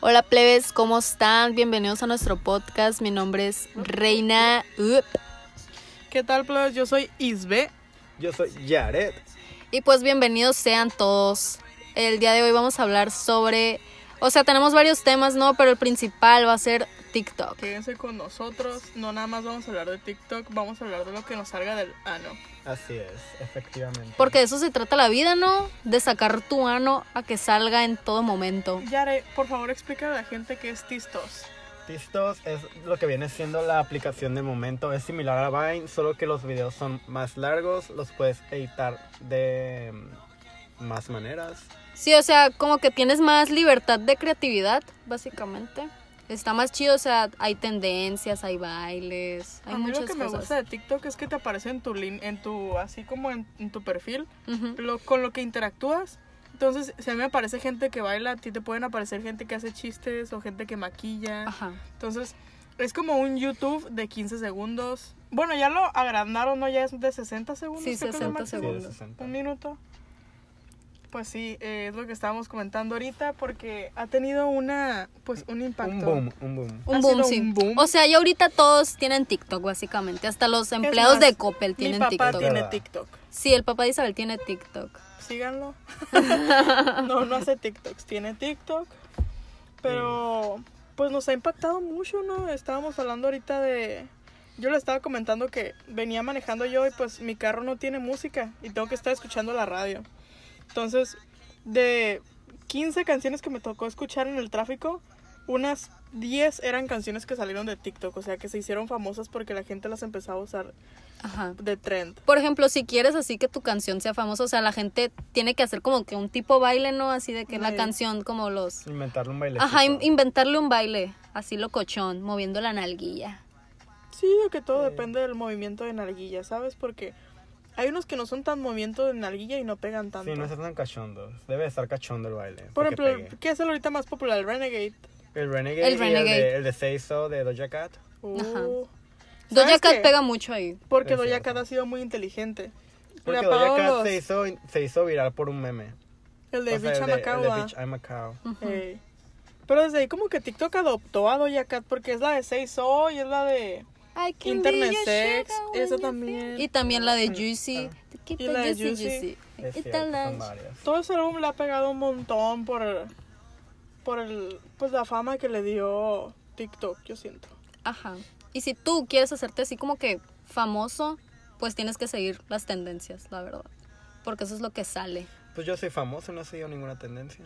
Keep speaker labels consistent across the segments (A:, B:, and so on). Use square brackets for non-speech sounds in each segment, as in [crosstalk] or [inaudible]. A: Hola plebes, ¿cómo están? Bienvenidos a nuestro podcast. Mi nombre es Reina Up.
B: ¿Qué tal, plebes? Yo soy Isbe.
C: Yo soy Jared.
A: Y pues bienvenidos sean todos. El día de hoy vamos a hablar sobre, o sea, tenemos varios temas, ¿no? Pero el principal va a ser TikTok.
B: Quédense con nosotros. No nada más vamos a hablar de TikTok, vamos a hablar de lo que nos salga del ano.
C: Así es, efectivamente.
A: Porque de eso se trata la vida, ¿no? De sacar tu ano a que salga en todo momento.
B: Yare, por favor, explícale a la gente qué es Tistos.
C: Tistos es lo que viene siendo la aplicación de momento. Es similar a Vine, solo que los videos son más largos, los puedes editar de mm, más maneras.
A: Sí, o sea, como que tienes más libertad de creatividad, básicamente. Está más chido, o sea, hay tendencias, hay bailes, hay
B: a mí
A: muchas
B: lo que me
A: cosas.
B: gusta de TikTok es que te aparece en tu lin- en tu así como en, en tu perfil,
A: Ujú.
B: lo, con lo que interactúas. Entonces, si a mí me aparece gente que baila, a ti te pueden aparecer gente que hace chistes o gente que maquilla.
A: Ajá.
B: Entonces, es como un YouTube de 15 segundos. Bueno, ya lo agrandaron, ¿no? Ya es de 60 segundos.
A: Sí,
B: creo que es lo
A: 60
B: máximo.
C: Sí, de
A: Segundos.
C: 60.
B: Un minuto. Pues sí, eh, es lo que estábamos comentando ahorita porque ha tenido una, pues un impacto.
C: Un boom, un boom.
A: Un
B: Ha
A: boom,
B: sido
A: sí.
B: un boom.
A: O sea, ya ahorita todos tienen TikTok, básicamente. Hasta los empleados
B: más,
A: de Coppel
B: Mi
A: tienen
B: papá
A: TikTok.
B: tiene
C: ¿Verdad?
B: TikTok.
A: Sí, el papá de Isabel tiene TikTok.
B: Síganlo. no, no hace TikToks, tiene TikTok. Pero pues nos ha impactado mucho, ¿no? Estábamos hablando ahorita de yo le estaba comentando que venía manejando yo y pues mi carro no tiene música y tengo que estar escuchando la radio. Entonces, de 15 canciones que me tocó escuchar en el tráfico, unas 10 eran canciones que salieron de TikTok, o sea, que se hicieron famosas porque la gente las empezaba a usar
A: Ajá.
B: de trend.
A: Por ejemplo, si quieres así que tu canción sea famosa, o sea, la gente tiene que hacer como que un tipo baile, ¿no? Así de que la
B: Sí.
A: canción como los...
C: Inventarle un baile.
A: Ajá, in- inventarle un baile, así locochón, moviendo la nalguilla.
B: Sí, de que todo depende del movimiento de narguilla, ¿sabes? Porque hay unos que no son tan movimiento de narguilla y no pegan tanto.
C: Sí, no es tan cachondo. Debe de estar cachondo el baile.
B: Por
C: para que
B: ejemplo,
C: pegue.
B: ¿qué es el ahorita más popular? El Renegade.
C: el Renegade.
A: El
C: y
A: Renegade.
C: de- el de Seiso de Doja Cat.
B: Uh,
A: Doja
B: ¿sabes
A: Cat
B: qué? Eh,
A: pega mucho ahí.
B: Porque
C: Es
B: Doja
C: cierto.
B: Cat ha sido muy inteligente. Le
C: Porque
B: apagó
C: Doja Cat
B: los-
C: se, hizo, se hizo viral por un meme.
B: El de ah.
C: O sea,
B: Bitch
C: el de- el de
B: Amakawa.
C: Bitch I'm a Cow.
A: Ujú.
B: Ey. Pero desde ahí como que TikTok adoptó a Doja Cat porque es la de 6 o y es la de...
A: I can
B: Internet
A: be your
B: Sex,
A: sugar when
B: esa
A: you
B: también.
A: feel- Y también la de Juicy. Keep
B: Ah. Y
A: the
B: la de
A: juicy,
B: Juicy.
A: juicy.
C: Es
A: It's
C: cierto,
A: the
C: son
A: love.
C: varias.
B: Todo ese álbum le ha pegado un montón por... Por el... Pues la fama que le dio TikTok, yo siento.
C: Pues
A: Ajá. Y si tú quieres hacerte así como que famoso, pues tienes que seguir las tendencias, la verdad. Porque eso es lo que sale.
C: Pues yo soy famoso, no he seguido ninguna tendencia.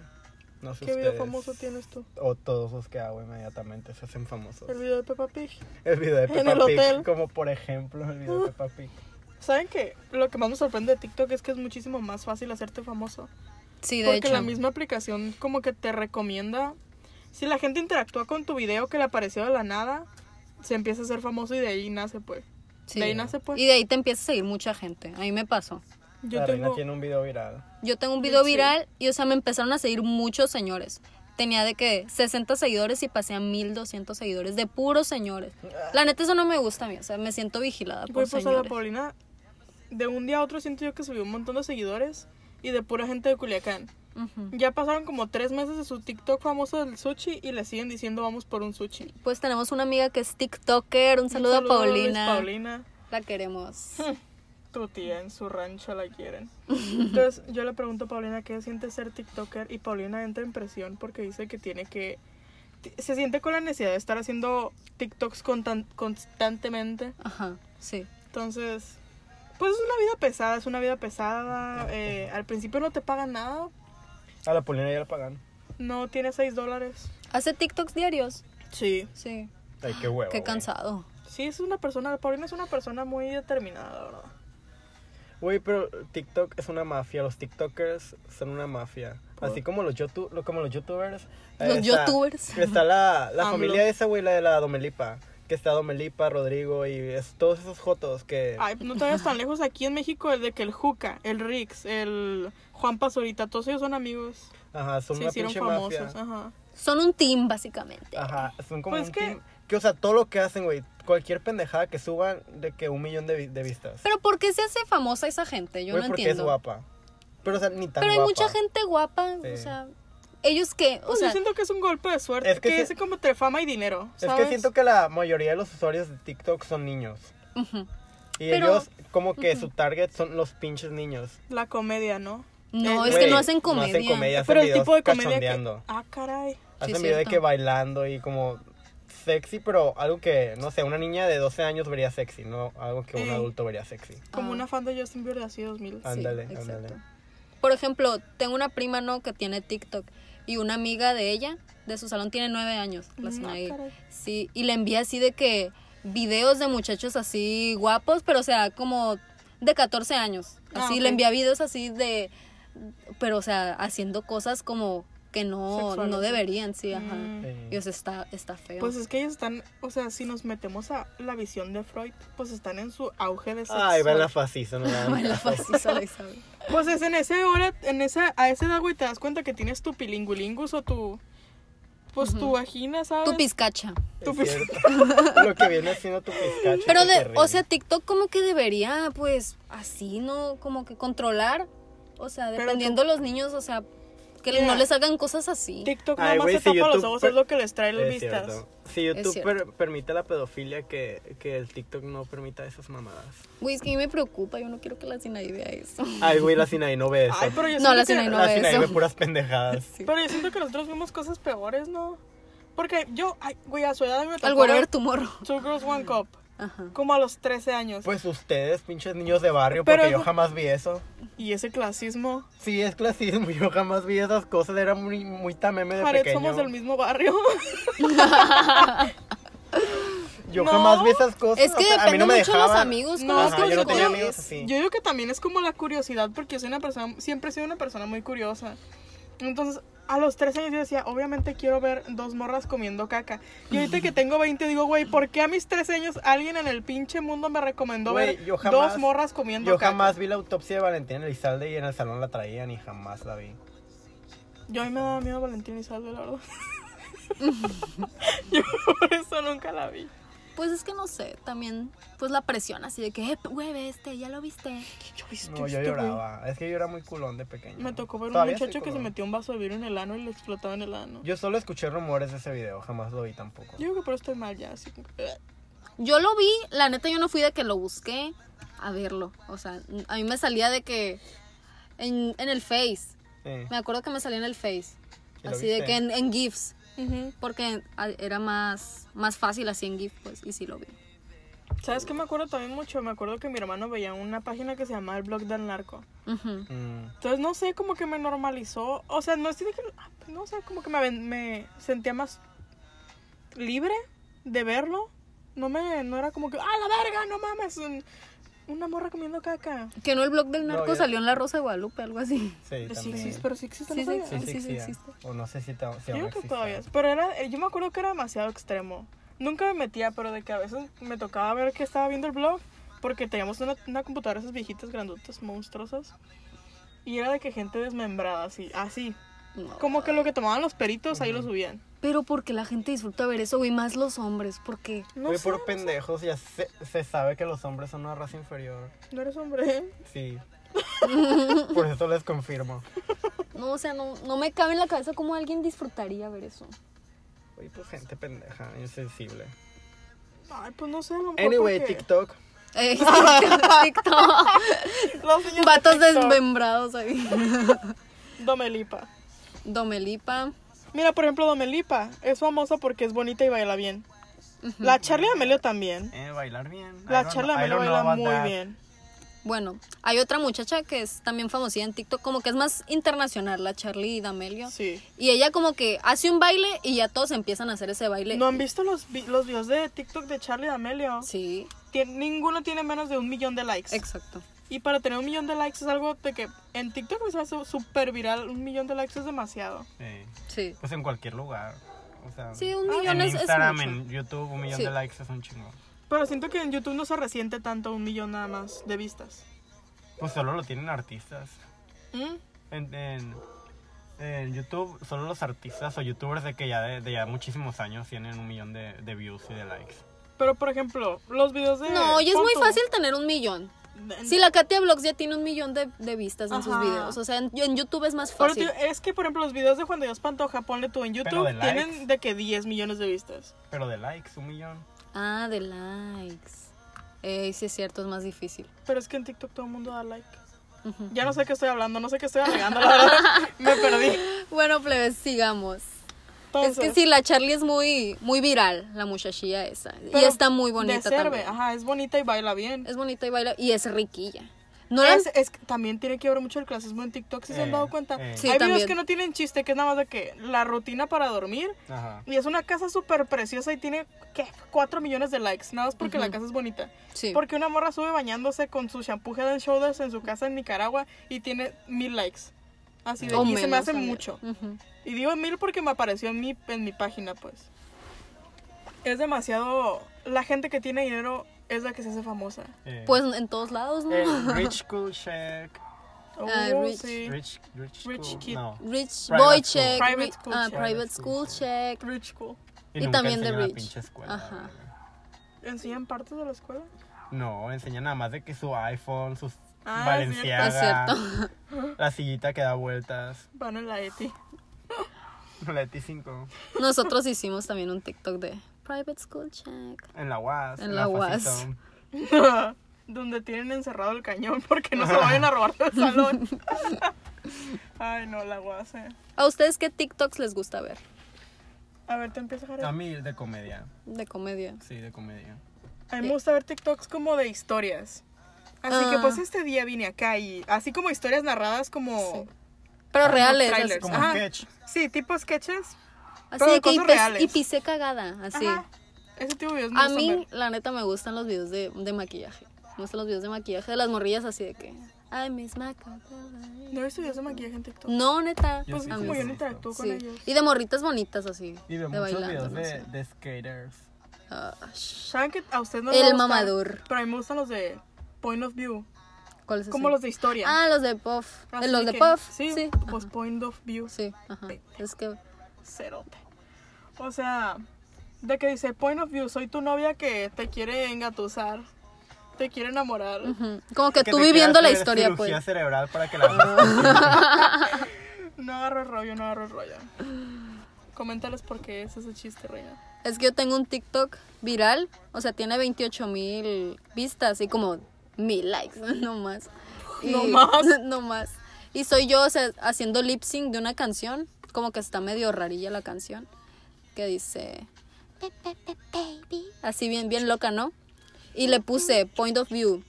C: No sé
B: ¿Qué
C: ustedes.
B: video famoso tienes tú?
C: O todos los que hago inmediatamente se hacen famosos.
B: El video de Peppa Pig.
C: El video de
B: [laughs] en
C: Peppa
B: el
C: Pig,
B: hotel. Uh,
C: como por ejemplo el video de Peppa Pig.
B: ¿Saben qué? Lo que más me sorprende de TikTok es que es muchísimo más fácil hacerte famoso.
A: Sí, de
B: porque
A: hecho.
B: la misma aplicación como que te recomienda... Si la gente interactúa con tu video que le apareció de la nada, se empieza a ser famoso y de ahí nace, pues.
A: Sí.
B: De ahí nace, pues.
A: Y de ahí te empieza a seguir mucha gente. A mí me pasó.
B: Yo
C: la reina
B: tengo...
C: tiene un video viral.
A: Yo tengo un video
B: Sí.
A: viral y, o sea, me empezaron a seguir muchos señores. Tenía de que 60 seguidores y pasé a 1200 seguidores de puros señores. La neta, eso no me gusta a mí. O sea, me siento vigilada por
B: Güey, pues a la
A: señores.
B: Paulina, de un día a otro siento yo que subió un montón de seguidores y de pura gente de Culiacán.
A: Ujú.
B: Ya pasaron como tres meses de su TikTok famoso del sushi y le siguen diciendo vamos por un sushi.
A: Pues tenemos una amiga que es TikToker. Un saludo,
B: Un
A: a Paulina.
B: Luis Paulina.
A: La
B: [laughs]
A: queremos.
B: Tu tía en su rancho la quieren. Entonces yo le pregunto a Paulina qué siente ser TikToker y Paulina entra en presión porque dice que tiene que... ti- Se siente con la necesidad de estar haciendo TikToks contan- constantemente.
A: Ajá, sí.
B: Entonces, pues es una vida pesada, es una vida pesada. eh, al principio no te pagan nada,
C: A la Polina ya la pagan.
B: no tienes 6 dólares.
A: ¿Hace TikToks diarios?
B: Sí.
A: Sí.
C: Ay,
B: [gasps]
C: qué huevo.
A: Qué
C: güey.
A: cansado.
B: Sí, es una persona, Paulina es una persona muy determinada, la verdad.
C: Güey, pero TikTok es una mafia. Los TikTokers son una mafia.
B: ¿Por?
C: Así como los, youtube lo- como los YouTubers. eh,
A: Los
C: está-
A: youtubers.
C: Está la, la
B: AMLO.
C: familia esa, güey, la de la Domelipa. Que está Domelipa, Rodrigo y es- todos esos jotos que.
B: Ay, pues, no te vayas tan lejos aquí en México, el de que el Juca, el Rix, el Juan Pasorita, todos ellos son amigos.
C: Ajá, son
B: Se
C: una
B: hicieron
C: pinche
B: famosos.
C: mafia.
B: Ajá.
A: Son un team, básicamente.
C: Ajá, son como
B: Pues
C: un
B: que-
C: team- que, o sea, todo lo que hacen, güey, cualquier pendejada que suban, de que un millón de, vi- de vistas.
A: Pero ¿por qué se hace famosa esa gente? Yo
C: Güey,
A: no
C: porque
A: entiendo.
C: es guapa. Pero, o sea, ni tan
A: Pero hay
C: guapa.
A: mucha gente guapa. O
C: Sí.
A: sea, ellos que, o
B: Pues
A: sea,
B: yo siento que es un golpe de suerte.
C: Es
B: Es
C: que
B: que,
C: se-
B: es como entre fama y dinero.
C: Es
B: ¿sabes?
C: que siento que la mayoría de los usuarios de TikTok son niños.
A: ujú,
C: Y
A: Pero-
C: ellos, como que su target son los pinches niños.
B: La comedia, ¿no?
A: no,
B: Eh,
A: es que
C: Güey,
A: no hacen comedia.
C: No hacen comedia, hacen
B: Pero el
C: videos
B: tipo de comedia que...
C: cachondeando.
B: Ah, caray.
C: Hacen
A: es
C: videos de
A: cierto.
C: que bailando y como sexy, pero algo que, no sé, una niña de 12 años vería sexy, no algo que un
B: Eh.
C: adulto vería sexy.
B: Como
A: Ah.
B: una fan de Justin Bieber de así 2000.
C: Ah. Ándale,
A: exacto.
C: ándale.
A: Por ejemplo, tengo una prima, ¿no? Que tiene TikTok y una amiga de ella, de su salón, tiene nueve años, la
B: Mm, ah,
A: Sinaí.
B: caray.
A: Sí, y le envía así de que videos de muchachos así guapos, pero o sea, como de 14 años.
B: Ah,
A: Así,
B: ok.
A: le envía videos así de, pero o sea, haciendo cosas como que no,
B: Sexuales,
A: no
B: sí.
A: deberían, sí, ajá.
B: Mm.
C: Sí.
A: Y o sea, está, está feo. [laughs]
B: Pues es que ellos están, o sea, si nos metemos a la visión de Freud, pues están en su auge de sexo.
C: Ay, ven la fascisa, no la
A: Bueno,
B: [laughs]
A: fácil, sabe, sabe.
B: Pues es en ese hora, en esa, a esa edad, güey, te das cuenta que tienes tu pilingulingus o tu, pues tu vagina, ¿sabes?
A: Tu pizcacha.
B: Tu
C: Es cierto.
B: [laughs]
C: Lo que viene haciendo tu pizcacho.
A: Pero
C: es
A: de, o
C: terrible.
A: sea, TikTok como que debería, pues, así, ¿no? Como que controlar. O sea,
B: Pero
A: dependiendo de los niños, o sea, que
B: Mira,
A: no les salgan cosas así.
B: TikTok
C: Ay,
B: nada más
C: güey,
B: se
C: si
B: tapa los
C: YouTube
B: ojos,
C: per-
B: es lo que les trae las
C: Es
B: vistas.
C: cierto. Si
A: Es
C: YouTube
A: cierto.
C: per- permite la pedofilia, que, que el TikTok no permita esas mamadas.
A: Güey, es que a mí me preocupa, yo no quiero que la Sinaí vea eso. [laughs]
C: Ay, güey, la Sinaí no ve eso.
B: Ay, pero yo,
A: No,
B: siento
A: la
B: que,
A: Sinaí no
C: la
A: ve
C: Sinaí
A: eso.
C: ve puras pendejadas.
A: Sí.
B: pero yo siento que nosotros vimos cosas peores, ¿no? Porque yo, ay, güey, a su edad a mí me
A: Al
B: tocó
A: whatever
B: ver
A: tu morro.
B: Two Girls One Cup,
A: Ajá.
B: como a los 13 años.
C: Pues ustedes, pinches niños de barrio,
B: Pero
C: porque yo
B: eso-
C: jamás vi eso.
B: y ese clasismo,
C: Sí, es clasismo, [laughs] yo jamás vi esas cosas, era muy, muy tameme de
B: Jared,
C: pequeño.
B: somos del mismo barrio.
C: Yo
B: No.
C: jamás vi esas cosas.
A: Es que
C: Pues, o sea, a mí
A: depende
C: no me
A: mucho de los
C: dejaban.
A: amigos con
B: No,
A: los
C: Ajá,
A: que
C: yo
A: te
C: no tenía
A: rodees.
C: amigos así.
B: Yo digo que también es como la curiosidad, porque soy una persona, siempre he sido una persona muy curiosa. Entonces, a los 13 años yo decía, obviamente quiero ver dos morras comiendo caca. Y ahorita que tengo 20 digo, güey, ¿por qué a mis 13 años alguien en el pinche mundo me recomendó
C: Güey,
B: ver
C: yo jamás-
B: dos morras comiendo
C: Yo
B: caca?
C: jamás vi la autopsia de Valentina Elizalde y en el salón la traían y jamás la vi.
B: Yo a mí me daba miedo Valentín Elizalde, la verdad. [laughs] yo por eso nunca la vi.
A: Pues es que no sé, también, pues la presión así de que, eh, güey, ve este, ya lo viste.
B: Yo, viste
C: No, yo
B: esto, güey?
C: lloraba. Es que yo era muy culón de pequeño.
B: Me tocó ver un
C: Todavía soy
B: muchacho que se
C: culón.
B: metió un vaso de vidrio en el ano y le explotaba en el ano. Yo,
C: Yo solo escuché rumores de ese video, jamás lo vi tampoco.
B: digo que por eso estoy mal ya, así que...
A: Yo lo vi, la neta yo no fui de que lo busqué a verlo. O sea, a mí me salía de que en, en el Face.
C: Sí.
A: Me acuerdo que me salía en el Face.
C: ¿Y lo
A: Así de
C: viste?
A: que en, en GIFs.
B: Ujú.
A: Porque a- era más, más fácil así en GIF, pues, y sí lo vi.
B: ¿Sabes qué me acuerdo también mucho? Me acuerdo que mi hermano veía una página que se llamaba El Blog del Narco.
A: Ujú.
C: Mm.
B: Entonces, no sé, como que me normalizó. O sea, no estoy de que- ah, pues, No sé, como que me, aven- me sentía más libre de verlo. No me... No era como que... ¡Ah, la verga! ¡No mames! un- una morra comiendo caca.
A: Que no el blog del
C: No,
A: narco
C: ya-
A: salió en La Rosa de Guadalupe, algo así.
C: Sí,
B: Pero sí
C: también.
B: existe, pero sí existe.
A: Sí,
B: no
A: sí
B: sabía.
C: Sí, sí,
A: Sí, sí
C: existía.
A: existe.
C: O no sé si, ta- si
B: Yo
C: aún
B: creo que
C: exista.
B: todavía es. Pero era, eh, yo me acuerdo que era demasiado extremo. Nunca me metía, pero de que a veces me tocaba ver que estaba viendo el blog. Porque teníamos una, una computadora, esas viejitas grandotas, monstruosas. Y era de que gente desmembrada, así. Así.
A: No.
B: Como que lo que tomaban los peritos, ahí lo subían.
A: Pero porque la gente disfruta ver eso, güey, más los hombres, porque
B: No
C: Güey,
B: sé,
C: por pendejos, ya se, se sabe que los hombres son una raza inferior.
B: no eres hombre. [laughs]
C: Sí. por eso les confirmo.
A: no, o sea, no, no me cabe en la cabeza cómo alguien disfrutaría ver eso.
C: Oye, pues gente pendeja, insensible.
B: Ay, pues no sé, a lo mejor
C: Anyway,
B: porque-
C: TikTok.
B: [laughs]
A: Eh, [laughs] TikTok.
B: Los señores de
A: Vatos
B: TikTok,
A: desmembrados ahí.
B: Domelipa.
A: Domelipa.
B: Mira, por ejemplo, Domelipa es famosa porque es bonita y baila bien. La Charlie Amelio también.
C: Eh, bailar bien. I
B: La
C: don't
B: Charlie
C: know- I
B: Amelio
C: don't know
B: baila
C: about
B: muy
C: that.
B: bien.
A: Bueno, hay otra muchacha que es también famosilla en TikTok, como que es más internacional, la Charlie D'Amelio.
B: Sí.
A: Y ella como que hace un baile y ya todos empiezan a hacer ese baile.
B: ¿No han visto los, vi- los videos de TikTok de Charlie D'Amelio?
A: Sí,
B: Tien- ninguno tiene menos de un millón de likes.
A: exacto.
B: y para tener un millón de likes es algo de que en TikTok me hace súper viral. Un millón de likes es demasiado.
C: Sí.
A: Sí.
C: Pues en cualquier lugar. O sea,
A: Sí, un millón
C: en
A: es, es
C: Instagram,
A: mucho.
C: en YouTube, un millón
A: Sí.
C: de likes es un chingón.
B: Pero siento que en YouTube no se resiente tanto un millón nada más de vistas.
C: Pues solo lo tienen artistas.
B: ¿Mm?
C: En, en, en YouTube, solo los artistas o youtubers de que ya de, de ya muchísimos años tienen un millón de, de views y de likes.
B: Pero por ejemplo, los videos de.
A: No, y es
B: pon
A: muy
B: tú,
A: fácil tener un millón. Sí, la Katia Vlogs ya tiene un millón de, de vistas en sus
B: Ajá.
A: videos. O sea, en, en YouTube es más
B: Pero
A: fácil.
B: te- es que, por ejemplo, los videos de Juan de Dios Pantoja, ponle tú en
C: Pero
B: YouTube,
C: de likes.
B: tienen de que 10 millones de vistas.
C: Pero de likes, un millón.
A: Ah, de likes. Eh, sí, es cierto, es más difícil.
B: Pero es que en TikTok todo el mundo da like. [laughs]
A: Ujú.
B: Ya no sé qué estoy hablando, no sé qué estoy agregando,
A: [laughs]
B: la verdad. Me perdí.
A: Bueno, plebes, sigamos.
B: Entonces,
A: es que sí, la Charlie es muy, muy viral, la muchachilla esa. Y
B: pero
A: está muy bonita
B: de Cerve,
A: también.
B: ajá, es bonita y baila bien.
A: Es bonita y baila y es riquilla. No la-
B: Es, es que también tiene que ver mucho el clasismo en TikTok, si se han
C: Eh,
B: dado cuenta.
C: eh.
A: Sí,
B: Hay
A: también.
B: videos que no tienen chiste, que es nada más de que la rutina para dormir.
C: Ajá.
B: Y es una casa súper preciosa y tiene, ¿qué? 4 millones de likes, nada más porque la casa es bonita.
A: Sí.
B: Porque una morra sube bañándose con su shampoo Head and Shoulders en su casa en Nicaragua y tiene mil likes. Así de,
A: O
B: y se me
A: menos
B: hace
A: también.
B: mucho.
A: Oh, Ujú.
B: Y digo mil porque me apareció en mi, en mi página, pues. Es demasiado... La gente que tiene dinero es la que se hace famosa.
C: Eh,
A: Pues en todos lados, ¿no?
C: eh,
A: [laughs]
C: rich Cool Shack.
B: Oh,
A: Ah, rich.
B: sí.
C: Rich, rich,
B: Rich
C: cool,
B: kid.
C: No.
A: Rich
C: Private
A: Boy
C: school.
A: Check,
B: Private
A: ri-
B: school
A: ah,
B: check.
A: Private School Check.
B: Rich cool.
A: Y
C: nunca
A: también de
C: enseñan la
A: rich.
C: pinche escuela,
A: Ajá.
C: verga.
B: ¿Enseñan partes de la escuela?
C: No, enseñan nada más de que su iPhone, sus
B: Ah, es
C: Valenciaga,
A: cierto.
C: la sillita que da vueltas, [laughs]
B: Van en la
A: [laughs]
B: E ETI.
C: la ETI 5
A: Nosotros hicimos también un TikTok de Private School Check.
C: en la UAS.
A: En la UAS.
C: Facito.
B: Donde tienen encerrado el cañón porque no se vayan a robar del
A: [laughs]
B: salón. Ay, no, la guase.
A: ¿A ustedes qué TikToks les gusta ver?
B: A ver, te empiezas a
C: A mí de comedia,
A: De comedia.
C: sí, de comedia.
B: A mí me gusta ver TikToks como de historias. Así que
A: Ah.
B: pues este día vine acá y así como historias narradas como...
A: Pero reales.
B: Ah, trailers.
A: así-
C: Como
B: Ajá.
C: sketch.
B: Sí, tipo sketches.
A: Así,
B: Pero
A: de que y,
B: cosas
A: pis-
B: reales.
A: y pisé cagada. Así.
B: Ajá. Ese tipo de videos me
A: A
B: gustan
A: mí,
B: ver.
A: la neta, me gustan los videos de, de maquillaje. Me gustan los videos de maquillaje de las morrillas así de que. Ay, mis maca.
B: No he visto videos de maquillaje en TikTok.
A: No, neta.
C: Yo
B: Pues
C: sí,
A: Mm, a mí
B: como
C: sí,
A: sí.
B: yo no
C: sí.
B: interactúo con
A: Sí.
B: ellos.
A: Y de morritas bonitas así.
C: Y veo
A: de
C: muchos
A: bailando.
C: videos
A: no
C: de,
A: sé.
C: de skaters.
A: Ah, sh-
B: ¿Saben que a ustedes no
A: El
B: les gusta?
A: mamador.
B: Pero a mí me gustan los de point of view.
A: ¿Cuál es ese?
B: Como los de historia.
A: Ah, los de Puff.
B: Así
A: los de
B: que-
A: Puff.
B: Sí,
A: Sí.
B: pues
A: Ajá.
B: point of view.
A: Sí, ajá. Es que.
B: Cerote. O sea, de que dice point of view, soy tu novia que te quiere engatusar, te quiere enamorar.
A: ujú, Como que,
C: Que
A: tú
C: te
A: viviendo
C: quieras
A: la
C: hacer
A: historia,
C: cirugía
A: pues.
C: cerebral para que la
B: No agarro el rollo, no agarro el rollo. Coméntales por qué es ese chiste, reina.
A: Es que yo tengo un TikTok viral. O sea, tiene 28 mil vistas y como mil likes, [laughs] no más. Y-
B: No más.
A: [laughs] no más. Y soy yo o sea, haciendo lip sync de una canción. Como que está medio rarilla la canción. Que dice. "Pe, pe, pe, baby". Así bien, bien loca, ¿no? Y le puse point of view.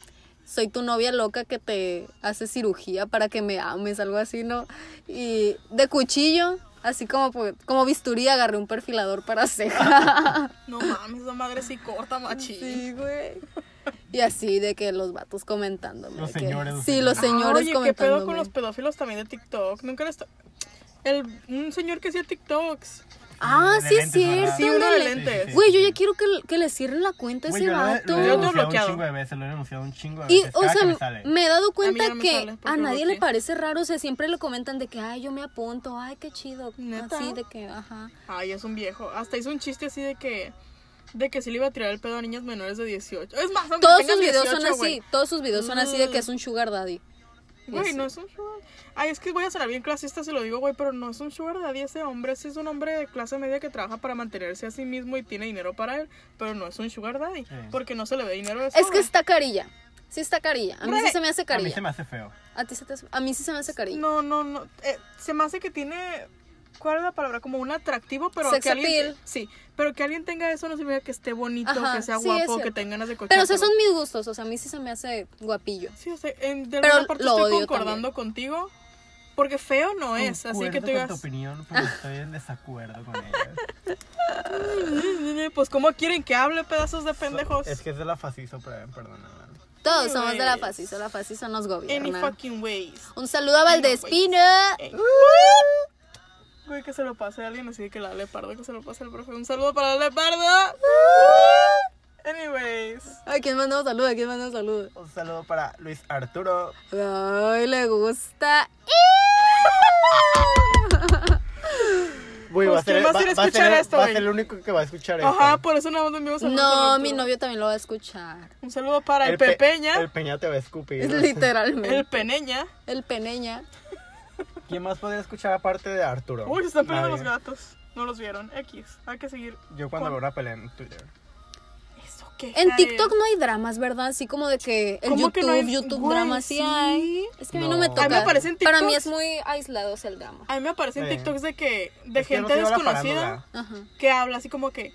A: Soy tu novia loca que te hace cirugía para que me ames, algo así, ¿no? Y de cuchillo, así como, por- como bisturí, agarré un perfilador para
B: [laughs]
A: ceja.
B: No mames, esa madre sí corta, machín.
A: Sí, güey. Y así de que los vatos comentándome.
C: Los
A: de que-
C: señores, los
A: Sí, los
B: Ah,
A: señores
B: Oye, ¿qué
A: comentándome.
B: pedo con los pedófilos también de TikTok? Nunca les... to- El, un señor que hacía TikToks.
A: Ah,
C: de
A: sí, es
C: lentes,
A: cierto.
C: ¿verdad?
B: Sí, uno de
A: ándale.
B: lentes.
A: Güey, yo ya quiero que, que le cierren la cuenta a
C: Güey,
A: ese
C: yo lo he-
A: vato.
C: Lo he
B: Yo te he
C: denunciado un
B: bloqueado.
C: chingo de veces, lo he denunciado un chingo de
A: Y,
C: veces.
A: o
C: pues, cada que
A: sea,
C: me sale.
A: me he dado
B: A
A: cuenta
B: mí no me
A: que
B: sale, porque
A: a
B: lo
A: nadie le
B: bloqueé.
A: parece raro, o sea, siempre le comentan de que, ay, yo me apunto, ay, qué chido,
B: ¿Neta?
A: así de que, ajá.
B: Ay, es un viejo. Hasta hizo un chiste así de que... De que sí le iba a tirar el pedo a niñas menores de 18. Es más, aunque
A: Todos
B: tengas
A: sus videos son
B: 18,
A: así,
B: güey.
A: todos sus videos son así de que es un sugar daddy.
B: Güey,
A: Ese.
B: no es un sugar. Ay, es que voy a sonar bien clasista si lo digo, güey, pero no es un sugar daddy ese hombre. Sí es un hombre de clase media que trabaja para mantenerse a sí mismo y tiene dinero para él, pero no es un sugar daddy.
C: Sí.
B: Porque no se le ve dinero a ese
A: Es que
B: hombre.
A: está carilla. Sí está carilla. A mí sí
B: Re-
A: se me hace
C: A mí
A: carilla.
C: se me hace feo.
A: A ti se te hace- a mí sí se me hace carilla.
B: No, no, no. eh, se me hace que tiene... ¿Cuál es la palabra? Como un atractivo, pero
A: Sex
B: que alguien...
A: appeal.
B: Sí, pero que alguien tenga eso no significa que esté bonito,
A: Ajá,
B: que sea
A: sí, es
B: guapo,
A: cierto.
B: que tenga ganas de cochar.
A: Pero o sea, son mis gustos, o sea, a mí sí se me hace guapillo.
B: Sí, o sea, en, de
A: Pero
B: alguna parte
A: lo
B: estoy
A: odio
B: concordando contigo, porque feo no es, así que tú
C: Concuerdo con
B: digas... "Ah".
C: tu opinión, pero estoy en desacuerdo
B: [laughs]
C: con ella.
B: Pues, ¿cómo quieren que hable, pedazos de pendejos?
C: Es que es de la facizo, pero perdóname.
A: Todos somos de la
B: Anyways.
A: facizo, la facizo nos
B: Any
A: gobierna.
B: fucking ways.
A: Un saludo a Valdespina.
B: Ey. Güey, que se lo pase a alguien así de que la lepardo, que se lo pase al profe. Un saludo para la lepardo. Anyways.
A: Ay, ¿quién mandó un saludo? ¿Quién mandó un saludo?
C: Un saludo para Luis Arturo.
A: Ay, le gusta.
C: Güey, va a
B: Pues,
C: ser,
B: ¿quién más
C: va-
B: quiere
C: va a
B: escuchar
C: ser-
B: esto,
C: va a
B: güey?
C: ser el único que va a escuchar
B: Ajá,
C: esto.
B: por eso nada más mis amigos
A: No,
B: saludos a
A: mi
B: Arturo.
A: novio también lo va a escuchar.
B: Un saludo para el,
C: Pe-
B: Pepeña,
C: El Peña te va a escupir.
A: Es
B: el
A: literalmente.
B: Peneña.
A: El peneña.
C: ¿Quién más podría escuchar aparte de Arturo?
B: Uy, se están peleando
C: Nadie.
B: los gatos. No los vieron. X. Hay que seguir.
C: Yo cuando
B: Con-
C: veo una pelea en Twitter.
B: Eso que.
A: En TikTok no hay dramas, ¿verdad? Así como de que el
B: ¿Cómo
A: YouTube,
B: que no hay?
A: YouTube
B: Güey,
A: drama sí
B: sí.
A: hay. Es que a mí no me
C: No.
A: toca.
C: A mí me
B: aparecen
A: Para
B: TikToks.
A: mí es muy aislado ese el drama.
B: A mí me aparecen
C: Sí.
B: TikToks de que. de
C: Eh. Es que no
B: gente
C: se lleva la
B: desconocida
C: farándula.
A: Ajá.
B: que habla así como que.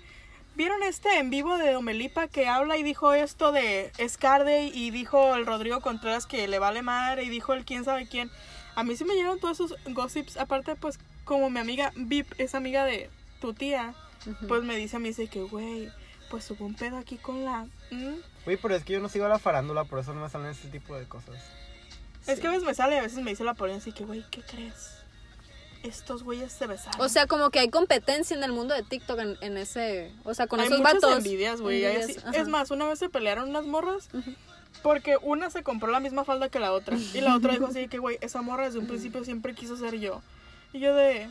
B: ¿Vieron este en vivo de Omelipa que habla y dijo esto de Scarde y dijo el Rodrigo Contreras que le vale madre y dijo el quién sabe quién? A mí sí me llegan todos esos gossips. Aparte, pues, como mi amiga Vip es amiga de tu tía,
A: Ujú.
B: pues me dice a mí, dice que, güey, pues hubo un pedo aquí con la... ¿Mm?
C: Uy, pero es que yo no sigo la farándula, por eso no me salen ese tipo de cosas.
B: Es que a veces me sale y a veces me dice la Paulina así que, güey, ¿qué crees? Estos güeyes se besaron.
A: O sea, como que hay competencia en el mundo de TikTok en, en ese. O sea, con
B: hay
A: esos
B: muchas
A: vatos.
B: envidias, güey. hay así-
A: Envidias, ajá.
B: Es más, una vez se pelearon unas morras porque una se compró la misma falda que
A: [laughs]
B: la otra. Y la otra dijo así que, güey, esa morra desde un principio siempre quiso ser yo. Y yo de...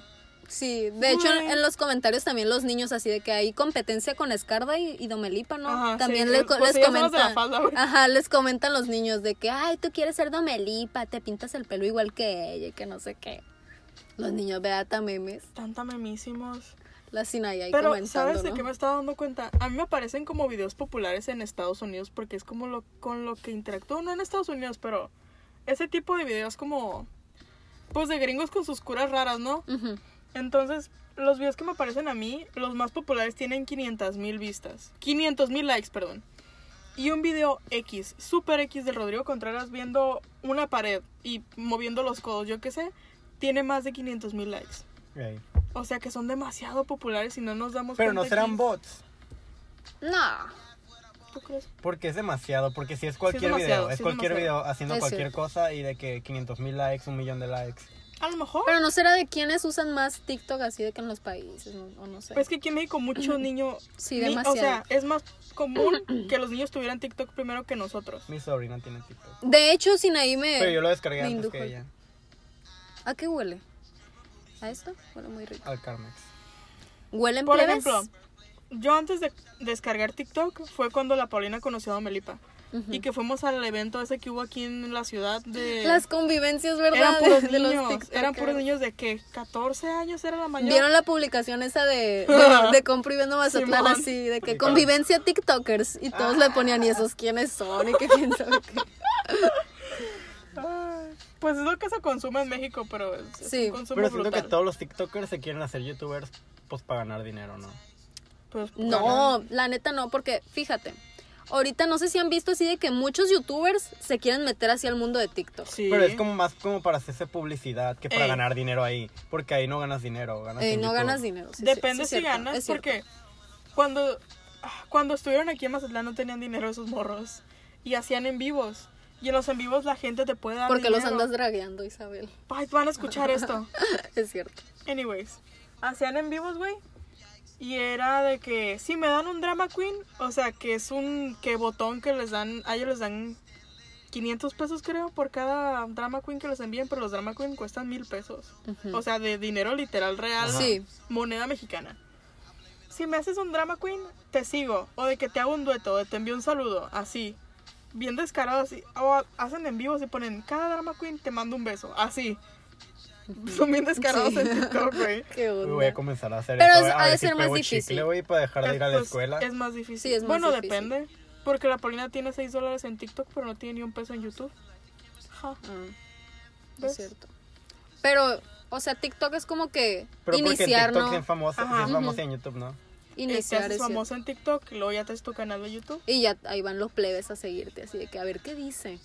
A: Sí, de hecho en,
B: Güey.
A: en los comentarios también los niños así de que hay competencia con Escarda y, y Domelipa, ¿no?
B: Ajá,
A: también
B: sí,
A: le-
B: pues
A: les
B: ellas son las de la
A: comentan.
B: falda, güey.
A: ajá, les comentan los niños de que, ay, tú quieres ser Domelipa, te pintas el pelo igual que ella y que no sé qué. Los niños beata memes,
B: Tanta memísimos.
A: la Sinaya ahí
B: Pero,
A: comentando,
B: ¿sabes de
A: ¿no?
B: qué me estaba dando cuenta? A mí me aparecen como videos populares en Estados Unidos porque es como lo, con lo que interactúo. No en Estados Unidos, pero ese tipo de videos como. Pues de gringos con sus curas raras, ¿no?
A: Ujú.
B: Entonces, los videos que me aparecen a mí, los más populares tienen 500 mil vistas. 500 mil likes, perdón. Y un video X, super X de Rodrigo Contreras viendo una pared y moviendo los codos, yo qué sé, tiene más de 500 mil likes.
C: Ey.
B: O sea que son demasiado populares y no nos damos
C: Pero
B: cuenta.
C: no serán
B: que-
C: bots.
A: No,
B: ¿Tú crees?
C: Porque es demasiado, porque si es cualquier
B: demasiado,
C: video, es
B: sí es
C: cualquier
B: demasiado.
C: video haciendo
A: Es
C: cualquier
A: cierto.
C: cosa y de que 500 mil likes, un millón de likes.
B: A lo mejor.
A: pero no será de quienes usan más TikTok así de que en los países, no- o no sé.
B: Pues es que aquí en
A: [clears throat]
B: México muchos niños.
A: Sí,
B: ni-
A: demasiado.
B: O sea, es más
A: [clears throat]
B: común que los niños tuvieran TikTok primero que nosotros.
C: Mi sobrina tiene TikTok.
A: de hecho, Sinaí
B: Eh,
A: me...
C: Pero yo lo descargué
A: me
C: antes
A: indujo
C: que
A: el-
C: ella,
A: ¿A qué huele? ¿A esto? Huele muy rico.
C: al Carmex.
A: ¿Huelen
B: Por
A: plebes?
B: ejemplo, yo antes de descargar TikTok fue cuando la Paulina conoció a Melipa. Y que fuimos al evento ese que hubo aquí en la ciudad de.
A: Las convivencias, ¿verdad?
B: eran puros
A: De- de los
B: niños. eran
A: tiktokers.
B: puros niños de que 14 años era la mayor.
A: ¿Vieron la publicación esa de,
B: [laughs]
A: de, de Compro y Vendo Mazatlán
B: Simón.
A: así? De que convivencia tiktokers. Y todos le ponían, ¿y esos quiénes son? ¿Y qué quién sabe
B: [laughs]
A: qué?
B: Ay, Pues es lo que se consume en México, pero es, es
A: Sí.
B: un consumo
C: Pero siento que
B: brutal.
C: todos los TikTokers se quieren hacer YouTubers pues para ganar dinero, ¿no?
B: Pues,
A: No, la neta no, porque fíjate. Ahorita no sé si han visto así de que muchos youtubers se quieren meter hacia el mundo de TikTok.
B: Sí.
C: Pero es como más como para hacerse publicidad que para
B: Ey.
C: ganar dinero ahí. Porque ahí no ganas dinero, ganas
A: Eh,
C: en
A: no
C: YouTube.
A: ganas dinero. sí, sí,
B: Depende
A: sí
B: si
A: es cierto,
B: ganas,
A: es cierto.
B: porque cuando, ah, cuando estuvieron aquí en Mazatlán no tenían dinero esos morros y hacían en vivos. Y en los en vivos la gente te puede dar
A: Porque los
B: dinero.
A: andas dragueando, Isabel. [laughs]
B: Ay, van a escuchar esto.
A: Es cierto.
B: Anyways, hacían en vivos, güey. Y era de que si me dan un drama queen, o sea, que es un que botón que les dan, a ellos les dan 500 pesos creo por cada drama queen que los envíen, pero los drama queen cuestan mil pesos.
A: Ujú.
B: O sea, de dinero literal real.
C: Ajá.
A: Sí.
B: moneda mexicana. Si me haces un drama queen, te sigo. O de que te hago un dueto, o de te envío un saludo, así. Bien descarado, así. O ha- hacen en vivo, se ponen, cada drama queen te mando un beso, así. Son bien descarados
A: Sí.
B: en TikTok,
A: [laughs]
B: güey.
A: Qué
C: Uy,
A: onda.
C: Voy a comenzar a hacer
A: Pero
C: eso.
A: es-
C: a
A: ha de
C: ver si
A: ser más
C: pego
A: difícil.
C: chicle, güey, para dejar de ir a la
B: Pues,
C: escuela.
B: es más difícil.
A: Sí, es más
B: bueno,
A: difícil.
B: depende. Porque la Paulina tiene 6 dólares en TikTok, pero no tiene ni un peso en YouTube. Ja,
A: Ah, es
B: ¿ves?
A: cierto. Pero, o sea, TikTok es como que
C: Pero porque en
A: iniciar,
C: TikTok
A: ¿no?
C: sí es famoso, sí
B: Ajá.
C: es famoso y en YouTube, ¿no?
B: Eh,
A: Iniciar,
B: te haces
A: es cierto.
B: famosa en TikTok y luego ya te haces tu canal de YouTube.
A: Y ya ahí van los plebes a seguirte, así de que a ver qué dice.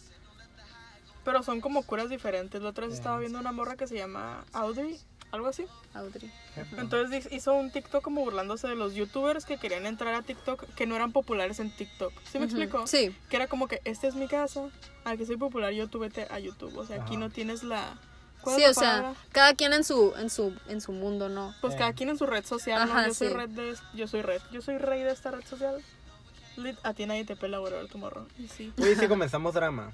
B: Pero son como curas diferentes. La otra vez
C: Sí.
B: estaba viendo una morra que se llama Audrey, algo así.
A: Audrey.
B: Entonces dis- hizo un TikTok como burlándose de los youtubers que querían entrar a TikTok, que no eran populares en TikTok. ¿Sí me
A: Ujú.
B: explico?
A: Sí,
B: Que era como que, esta es mi casa, aquí soy popular, yo tú vete a YouTube. O sea, aquí
C: Ajá.
B: no tienes la... ¿cuál
A: sí,
B: es la
A: o sea,
B: palabra?
A: cada quien en su, en su, en su mundo, ¿no?
B: Pues
C: Sí.
B: cada quien en su red social, ¿no?
A: Ajá,
B: Yo soy
A: sí.
B: red de... Yo soy red. Yo soy rey de esta red social. Lit, a ti nadie te pela, whatever, tu morro. Y sí.
C: Uy, si comenzamos drama.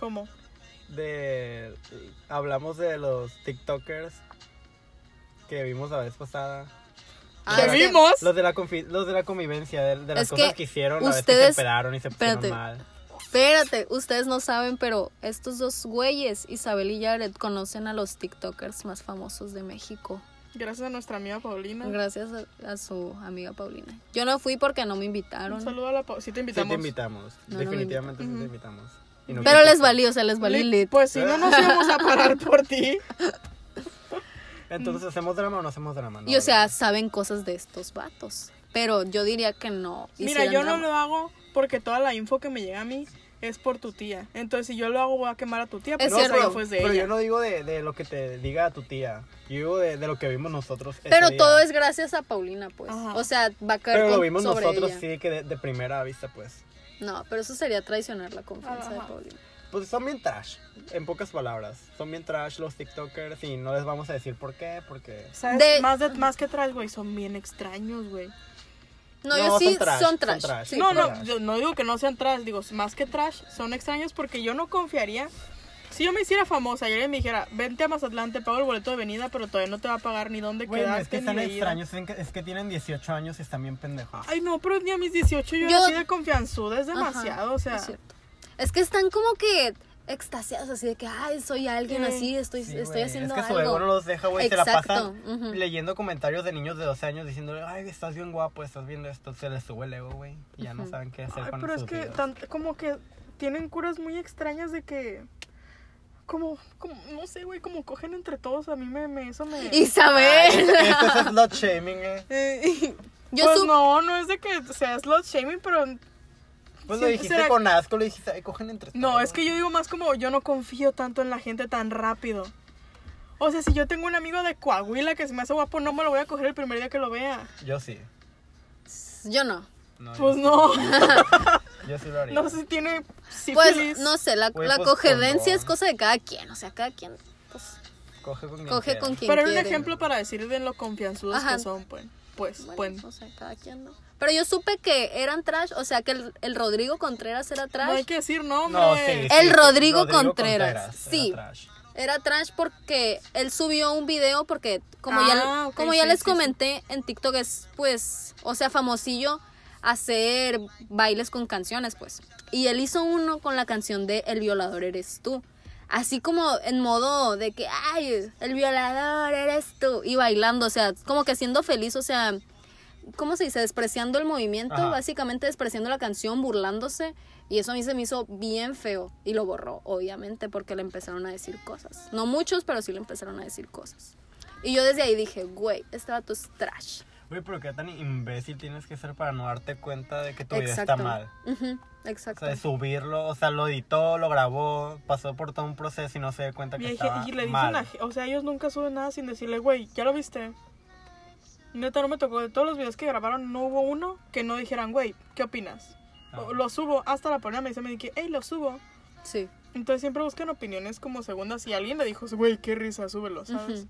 B: ¿Cómo?
C: De. Hablamos de los TikTokers que vimos la vez pasada.
A: Ah,
B: ¿Qué
A: es que-
B: vimos?
C: Los de la, confi- los de la convivencia, de, de las
A: Es
C: cosas
A: que
C: que, hicieron, la vez que se
A: ustedes-
C: esperaron y se pusieron
A: espérate.
C: mal.
A: Espérate, ustedes no saben, pero estos dos güeyes, Isabel y Jared, conocen a los TikTokers más famosos de México.
B: Gracias a nuestra amiga Paulina.
A: Gracias a, a su amiga Paulina. Yo no fui porque no me
B: Un
A: invitaron.
B: saludo a la Paulina. Sí, te
C: Sí te
B: invitamos.
C: invitamos,
A: No, no me
C: definitivamente sí te
B: invitaron.
C: invitamos. Y no
A: Pero
C: quisiste.
A: les valió, o sea, les valió
B: Li-
A: el lit.
B: Pues si no nos íbamos a parar por ti.
C: Entonces, ¿hacemos drama o no hacemos drama? No,
A: Mm. Y o sea, saben cosas de estos vatos. Pero yo diría que no.
B: Mira,
A: hicieran
B: yo no
A: drama.
B: lo hago porque toda la info que me llega a mí es por tu tía. Entonces, si yo lo hago, voy a quemar a tu tía.
A: Es
B: pero
A: cierto.
B: eso ya fue de
C: Pero
B: ella.
C: yo no digo de, de lo que te diga tu tía. Yo digo de, de lo que vimos nosotros. ese
A: Pero
C: día.
A: todo es gracias a Paulina, pues.
B: Ajá.
A: O sea, va a caer
C: Pero lo
A: con-
C: vimos
A: sobre
C: nosotros,
A: ella.
C: sí, que de, de primera vista, pues.
A: No, pero eso sería traicionar la confianza de
B: Ajá.
A: Paulina.
C: Pues son bien trash, en pocas palabras. Son bien trash los TikTokers y no les vamos a decir por qué, porque.
B: ¿Sabes?
A: De-
B: Más, de- más que traes, güey, son bien extraños, güey.
A: No,
C: No,
A: yo sí
C: son trash,
A: son
C: son
A: trash.
C: trash.
A: sí,
B: no,
A: pero-
B: no, yo no digo que no sean trash, digo, más que trash, son extraños porque yo no confiaría. Si yo me hiciera famosa y alguien me dijera, vente a Mazatlán, te pago el boleto de venida, pero todavía no te va a pagar ni dónde
C: Güey, no,
B: quedarte
C: es que
B: ni
C: están
B: de ida".
C: extraños, es que, es que tienen 18 años y están bien pendejos.
B: Ay, no, pero ni a mis 18
A: Yo-
B: yo, era así de confianzuda, es
A: Ajá,
B: demasiado, o sea.
A: Es, cierto. Es que están como que extasiados, así de que, ay, soy alguien
B: Sí.
A: así, estoy,
C: Sí,
A: estoy
C: güey,
A: haciendo
C: Es que su
A: algo.
C: ego no los deja, güey. Se la
A: Exacto,
C: pasan
A: ujú.
C: leyendo comentarios de niños de 12 años diciéndole, ay, estás bien guapo, estás viendo esto. Se les sube el ego, güey. Y ya no
A: Ujú.
C: saben qué hacer
B: Ay,
C: con
B: pero es
C: sus
B: que
C: vidas.
B: tan- como que tienen curas muy extrañas de que como, como no sé, güey, como cogen entre todos, a mí me, me eso me
A: [laughs] Isabel.
C: Esto es slut shaming, eh.
A: [laughs]
B: Eh,
A: Yo
B: pues
A: sup-
B: no, no es de que sea slot shaming, pero
C: Pues
B: Sí,
C: lo dijiste
B: será-
C: con asco, lo dijiste, ay, cogen entre
B: no,
C: todos".
B: es que yo digo más como yo no confío tanto en la gente tan rápido. O sea, si yo tengo un amigo de Coahuila que se me hace guapo, no me lo voy a coger el primer día que lo vea.
C: Yo sí.
A: Yo no.
C: No,
B: Pues
C: yo,
B: no, [laughs]
C: yo sí lo haría.
B: no sé si tiene sífilis.
A: Pues no sé, la,
C: Güey,
A: la
C: pues,
A: cogerencia
C: condón.
A: es cosa de cada quien, o sea, cada quien pues,
C: Coge con quien
A: coge
C: quiera.
A: con quien
B: Pero era un
A: quiere.
B: ejemplo para decir de lo confianzudos
A: Ajá.
B: que son, pues. Pues,
A: Bueno,
B: pues.
A: o sea, cada quien no. Pero yo supe que eran trash, o sea, que el, el Rodrigo Contreras era trash.
B: No hay que decir nombre.
C: No, sí, sí,
A: El
C: sí,
A: Rodrigo Contreras,
C: era
A: sí.
C: trash.
A: Era trash porque él subió un video porque como ya
B: Ah, ok,
A: como ya
B: sí,
A: les
B: sí, sí.
A: comenté en TikTok es pues, o sea, famosillo hacer bailes con canciones, pues. Y él hizo uno con la canción de El violador eres tú. Así como en modo de que, ay, el violador eres tú. Y bailando, o sea, como que siendo feliz, o sea, ¿cómo se dice? Despreciando el movimiento,
C: Ajá.
A: básicamente despreciando la canción, burlándose. Y eso a mí se me hizo bien feo. Y lo borró, obviamente, porque le empezaron a decir cosas. No muchos, pero sí le empezaron a decir cosas. Y yo desde ahí dije, güey, este vato es trash.
C: Güey, pero qué tan imbécil tienes que ser para no darte cuenta de que tu vida
A: Exacto.
C: está mal.
A: Ujú,
C: O
A: Exacto.
C: sea, de subirlo, o sea, lo editó, lo grabó, pasó por todo un proceso y no se dio cuenta
B: Y,
C: que
B: hay ge-
C: estaba
B: y le dicen
C: mal.
B: a, ge- O sea, ellos nunca suben nada sin decirle, güey, ¿ya lo viste? Neta, no me tocó. De todos los videos que grabaron, no hubo uno que no dijeran, güey, ¿qué opinas?
C: No.
B: O- Lo subo. Hasta la polina me dice, me dije, hey, lo subo.
A: Sí.
B: Entonces siempre buscan opiniones como segundas. Y alguien le dijo, güey, qué risa, súbelo, ¿sabes?
A: Ujú.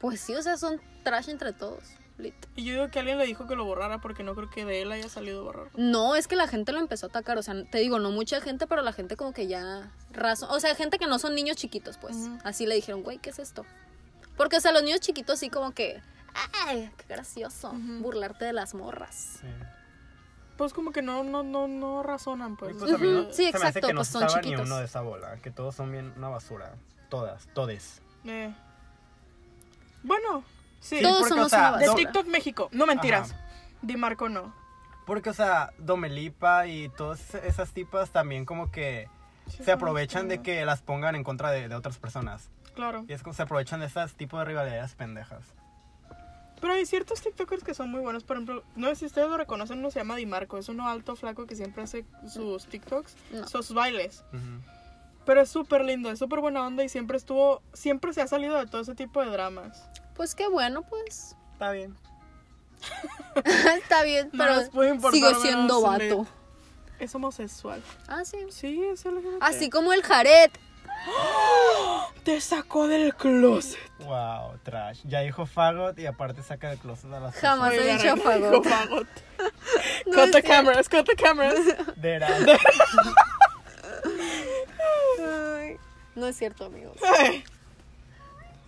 A: Pues sí, o sea, son trash entre todos. lit.
B: Y yo digo que alguien le dijo que lo borrara porque no creo que de él haya salido borrar.
A: No, es que la gente lo empezó a atacar. O sea, te digo, no mucha gente, pero la gente como que ya razón. O sea, gente que no son niños chiquitos, pues.
B: Ujú.
A: Así le dijeron, güey, ¿qué es esto? Porque, o sea, los niños chiquitos sí como que. ¡Ay, qué gracioso!
B: Ujú.
A: Burlarte de las morras.
C: Sí.
B: Pues como que no, no, no, no razonan, pues.
C: Güey, pues a mí no-
A: Ujú, sí,
C: se me hace
A: exacto,
C: que no
A: pues
C: se
A: son
C: salva
A: chiquitos.
C: ni uno de esa bola, que todos son bien una basura. Todas, todes.
B: Eh. Bueno, sí.
A: Todos somos una
B: De
A: basura.
B: TikTok México. No mentiras.
C: Ajá.
B: Di Marco no.
C: Porque, o sea, Domelipa y todas esas tipas también como que
B: Sí,
C: se
B: son
C: aprovechan de
B: basura.
C: que las pongan en contra de, de otras personas.
B: Claro.
C: Y es como se aprovechan de esas tipos de rivalidades pendejas.
B: Pero hay ciertos TikTokers que son muy buenos. Por ejemplo, no sé si ustedes lo reconocen, uno se llama Di Marco. Es uno alto, flaco que siempre hace sus TikToks,
A: No.
B: sus bailes.
C: Ujú.
B: Pero es súper lindo, es súper buena onda y siempre estuvo. Siempre se ha salido de todo ese tipo de dramas.
A: Pues qué bueno,
B: [laughs]
A: pues.
C: Está bien.
A: Está bien,
B: No
A: pero
B: nos puede importar
A: sigue
B: menos
A: siendo
B: el
A: vato.
B: lit. Es homosexual.
A: Ah, sí.
B: Sí, es LGBT.
A: Así como el Jared.
B: Te sacó del closet.
C: Wow, trash. Ya dijo Fagot y aparte saca de closet a las
A: Jamás.
C: personas.
A: he
B: Oye,
A: dicho
B: Garrett,
A: fagot.
B: dijo fagot.
A: [laughs] No es
B: cut the
A: cierto.
B: cameras, cut the cameras.
A: [laughs]
C: De verdad.
A: No es cierto, amigos.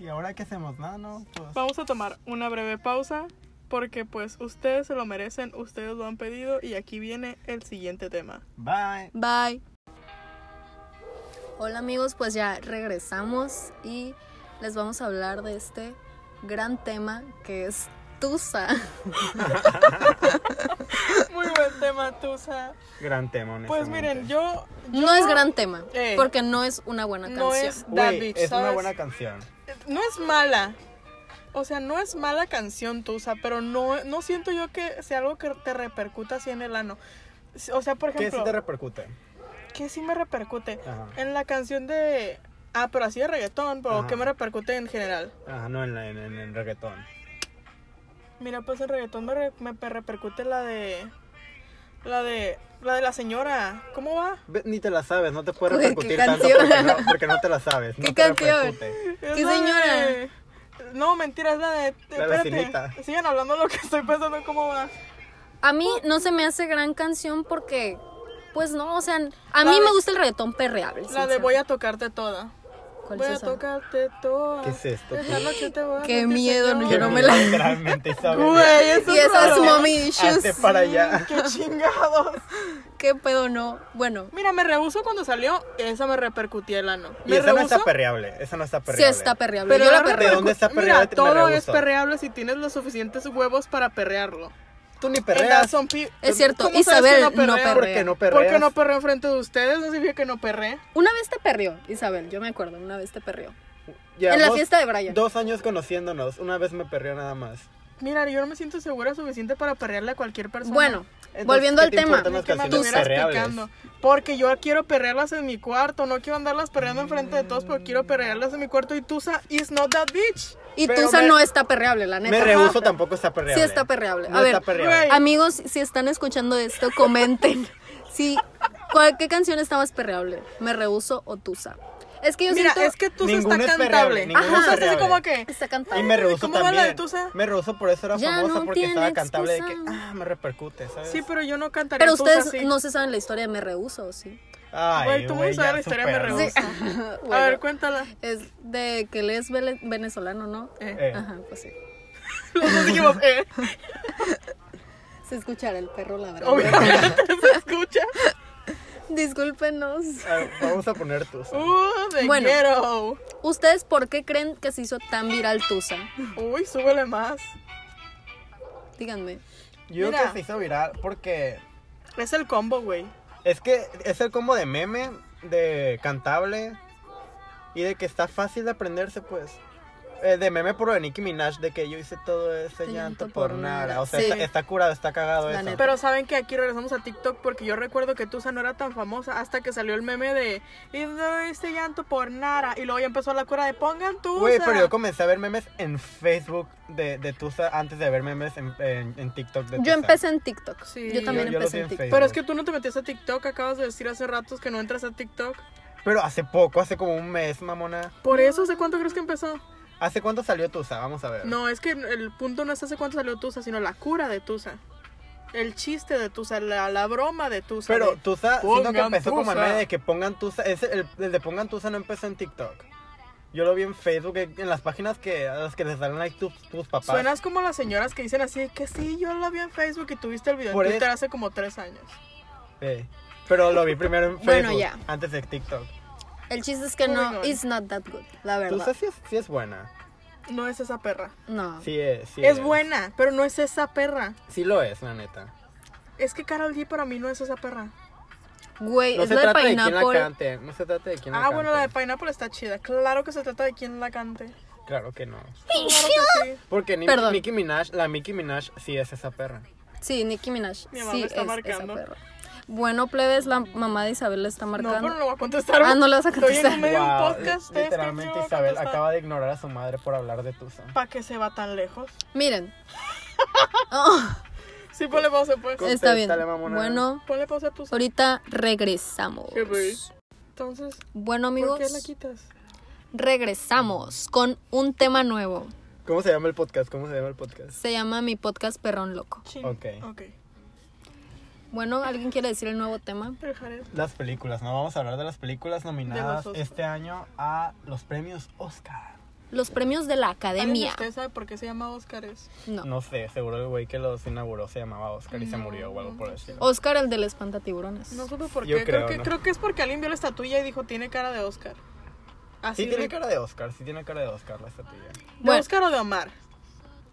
C: ¿Y ahora qué hacemos? Nada, no, pues.
B: Vamos a tomar una breve pausa porque pues ustedes se lo merecen, ustedes lo han pedido y aquí viene el siguiente tema.
C: Bye.
A: Bye. Hola amigos, pues ya regresamos y les vamos a hablar de este gran tema que es
B: [laughs]
A: Tusa.
B: Muy buen tema, Tusa.
C: Gran tema,
B: Pues miren, yo... yo
A: No es gran tema,
B: Eh.
A: porque no es una buena
B: No
A: canción.
B: es That
C: Güey,
B: Bitch,
C: es una
B: ¿sabes?
C: buena canción.
B: No es mala. O sea, no es mala canción, Tusa, pero no, no siento yo que sea algo que te repercuta así en el ano. O sea, por
C: ¿Qué
B: ejemplo,
C: sí te repercute?
B: que sí me repercute?
C: Ajá.
B: En la canción de... Ah, pero así de reggaetón, pero
C: Ajá.
B: ¿qué me repercute en general?
C: Ajá, Ah, no en, la- en, en- en reggaetón.
B: Mira, pues el reggaetón me, re- me per- repercute la de... La de... La de la señora. ¿Cómo va?
C: Ve, Ni te la sabes, no te puede
A: Güey,
C: repercutir
A: ¿qué
C: tanto
A: canción?
C: porque no, porque no te
A: [laughs]
C: la sabes. no
A: ¿Qué
C: te
A: canción?
C: repercute.
B: Es
A: ¿Qué
B: la
A: señora?
B: de- No, mentira, es la de... espérate,
C: vecinita.
B: sigan hablando lo que estoy pensando, ¿cómo va?
A: A mí no se me hace gran canción porque, pues no, o sea, a
B: La
A: mí
B: de-
A: me gusta el reggaetón perreable.
B: La de
A: sincero.
B: voy a tocarte toda.
A: ¿Cuál
B: voy
A: es
B: a
A: esa?
B: tocarte toda.
C: ¿Qué es esto?
B: Esa noche te voy a
A: Qué
B: meter,
A: miedo,
B: señor.
A: Yo no me la-
C: Literalmente, Isabel.
B: Güey, eso
A: Y esas
B: raro.
A: mommy
C: Hazte
A: issues.
C: para allá.
B: Qué chingados.
A: ¿Qué pedo no? Bueno,
B: Mira, me rehuso cuando salió, esa me repercutía el ano.
C: Y
B: Me
C: esa no
B: rehuso.
C: está perreable. Esa no está
A: sí
C: perreable.
A: está perreable. Yo la
B: ahora
A: perreo.
C: ¿De dónde está este
B: Mira,
C: perreable? Me
B: todo es
C: rehuso.
B: perreable si tienes los suficientes huevos para perrearlo.
C: Tú ni
B: And
C: perreas.
B: that's on pe-
A: Es cierto,
B: ¿Cómo sabes
A: Isabel
B: que
A: no perrea.
B: perrea?
C: Porque no perreas.
B: ¿Por qué no perreo enfrente de ustedes? No significa que no perré.
A: Una vez te perrió, Isabel, yo me acuerdo, una vez te perrió. En la
C: Llevamos
A: fiesta de Brian.
C: Dos años conociéndonos. Una vez me perreó nada más.
B: Mira, yo no me siento segura suficiente para perrearle a cualquier persona.
A: Bueno,
C: Entonces,
A: volviendo
C: ¿qué
A: al
C: te
A: tema.
C: importan las
B: Que me
C: canciones
B: estuvieras
C: perreables?
B: picando. Porque yo quiero perrearlas en mi cuarto. No quiero andarlas perreando enfrente de todos, porque quiero perrearlas en mi cuarto. Y Tusa is not that bitch.
A: Y
C: Pero
A: Tusa
C: me-
A: no está perreable, la
C: Me
A: neta.
C: rehuso tampoco está perreable.
A: Sí está perreable. A
C: No
A: ver,
C: está perreable.
B: güey.
A: [laughs] Amigos, si están escuchando esto,
C: [laughs]
A: comenten. si, ¿cuál, ¿Qué canción está más perreable? ¿Me rehuso o Tusa? Es que yo
B: Mira,
A: siento...
B: es que Tusa
C: Ninguna es
B: está
C: perreable,
B: cantable.
C: ninguna
A: es
B: Tusa está así
C: perreable.
B: como que.
A: Está cantando.
C: Y me rehuso
B: ¿Cómo va la de
C: también.
B: Tusa?
C: Me rehuso por eso era
A: Ya
C: famosa
A: no
C: porque
A: tiene
C: estaba cantable de que,
A: excusa.
C: ah, me repercute, ¿sabes?
B: Sí, pero yo no cantaría
A: Pero
B: Tusa
A: ustedes
B: así.
A: no se saben la historia de Me Rehuso, ¿sí?
C: Ay,
B: Güey, tú
C: güey,
B: no sabes
C: ya,
B: la historia de Me
C: supéralo.
B: Rehuso.
C: [laughs]
A: Sí.
B: A
A: Bueno,
B: ver, cuéntala.
A: es de que él es vele- venezolano, ¿no?
B: Eh. [laughs]
C: Eh,
A: Ajá, pues sí.
B: Los dos dijimos,
A: [laughs]
B: eh.
A: Se escuchará el perro ladrando.
B: Obviamente [laughs] se escucha.
A: [laughs] Discúlpenos.
C: ah, vamos a poner tus.
B: Uh, te
A: Bueno.
B: quiero.
A: ¿Ustedes por qué creen que se hizo tan viral Tusa?
B: Uy, súbele más.
A: Díganme.
C: Yo creo
B: mira.
C: que se hizo viral porque
B: Es el combo, güey.
C: es que es el combo de meme, de cantable y de que está fácil de aprenderse, pues. Eh, de meme por lo de Nicki Minaj, de que yo hice todo ese
A: Te
C: llanto por nada. O sea,
A: Sí.
C: está, está curado, está cagado
A: La
C: eso.
A: neta.
B: Pero saben que aquí regresamos a TikTok porque yo recuerdo que Tusa no era tan famosa hasta que salió el meme de y no este llanto por nada y luego ya empezó la cura de pongan Tusa.
C: Güey, pero yo comencé a ver memes en Facebook de, de Tusa antes de ver memes en, en- en TikTok de
A: Yo
C: Tusa.
A: empecé en TikTok.
B: Sí.
A: Yo también
C: Yo- yo lo
A: empecé
C: vi
A: en
C: en
A: TikTok.
B: Pero es que tú no te metiste a TikTok, acabas de decir hace ratos que no entras a TikTok.
C: Pero hace poco, hace como un mes, mamona.
B: Por eso, ¿hace cuánto crees que empezó?
C: ¿Hace cuánto salió Tusa? Vamos a ver.
B: No, es que el punto no es hace cuánto salió Tusa, sino la cura de Tusa. El chiste de Tusa, la, la broma de Tusa.
C: Pero
B: de-
C: Tusa, siento que
B: Pongan
C: empezó como el
B: Tusa.
C: meme de que pongan Tusa. Ese, el, el de pongan Tusa no empezó en TikTok. Yo lo vi en Facebook, en en las páginas que, a las que les dan like tus, tus papás.
B: Suenas como las señoras que dicen así, que sí, yo lo vi en Facebook y tuviste el video en
C: Por
B: Twitter
C: eso-
B: hace como tres años.
C: Sí. Eh, Pero lo vi primero en
A: Bueno,
C: Facebook,
A: ya.
C: antes de TikTok.
A: El chiste es que
B: Moving
A: no,
B: on.
A: it's not that good, la
C: Tusa
A: verdad.
C: sí es, sí es buena.
B: No es esa perra.
A: No.
C: Sí es, sí
B: Es buena, pero no es esa perra.
C: Sí lo es, la neta.
B: Es que Carol G para mí no es esa perra.
A: Güey,
C: No
A: es
C: se
A: la de
C: trata de quién la
A: Pineapple.
C: cante. No se trata de quién la
B: ah, bueno, la de
C: cante.
B: Pineapple está chida. Claro que se trata de quien la cante.
C: Claro que no.
B: Claro que sí.
C: Porque ni
A: Perdón.
C: Nicki Minaj, la Nicki Minaj sí es esa perra.
A: Sí, Nicki Minaj.
B: Mi mamá
A: sí,
B: me está
A: es
B: marcando.
A: esa perra. Bueno, plebes, la mamá de Isabel le está marcando.
B: No, pero no va a contestar.
A: Ah, no la vas a
B: Estoy
A: contestar.
B: en medio de un
C: Wow,
B: podcast. ustedes creen
C: Literalmente
B: que yo
C: Isabel
B: voy a
C: acaba de ignorar a su madre por hablar de Tusa.
B: ¿Para qué se va tan lejos?
A: Miren.
C: [laughs]
A: Oh,
B: Sí, ponle pausa, pues.
C: Con-
A: está bien.
C: Contéstale, mamona.
A: Bueno,
B: Ponle pausa a tus...
A: ahorita regresamos.
B: Sí, güey. Entonces,
A: Bueno,
B: ¿por qué la
A: amigos,
B: quitas?
A: regresamos con un tema nuevo.
C: ¿Cómo se llama el podcast? ¿Cómo se llama el podcast?
A: Se llama mi podcast Perrón Loco.
B: Chin.
C: Ok.
B: Ok.
A: Bueno, ¿alguien quiere decir el nuevo tema?
B: El Jared.
C: Las películas, ¿no? Vamos este a hablar de las películas nominadas
B: Oscar.
C: este año a los premios Oscar.
A: los premios de la academia.
B: ¿Usted sabe por qué se llama Óscares?
A: No.
C: No sé, seguro el güey que los inauguró se llamaba Oscar y se murió o algo por el estilo.
A: Oscar, el del espantatiburones.
B: No supe por qué.
C: Yo
B: creo,
C: creo,
B: que,
C: ¿no?
B: creo que es porque alguien vio la estatuilla y dijo, tiene cara de Oscar. Así
C: Sí tiene
B: de-
C: cara de Oscar, sí tiene cara de Oscar la estatua.
B: ¿De
A: Bueno.
B: Oscar o de Omar?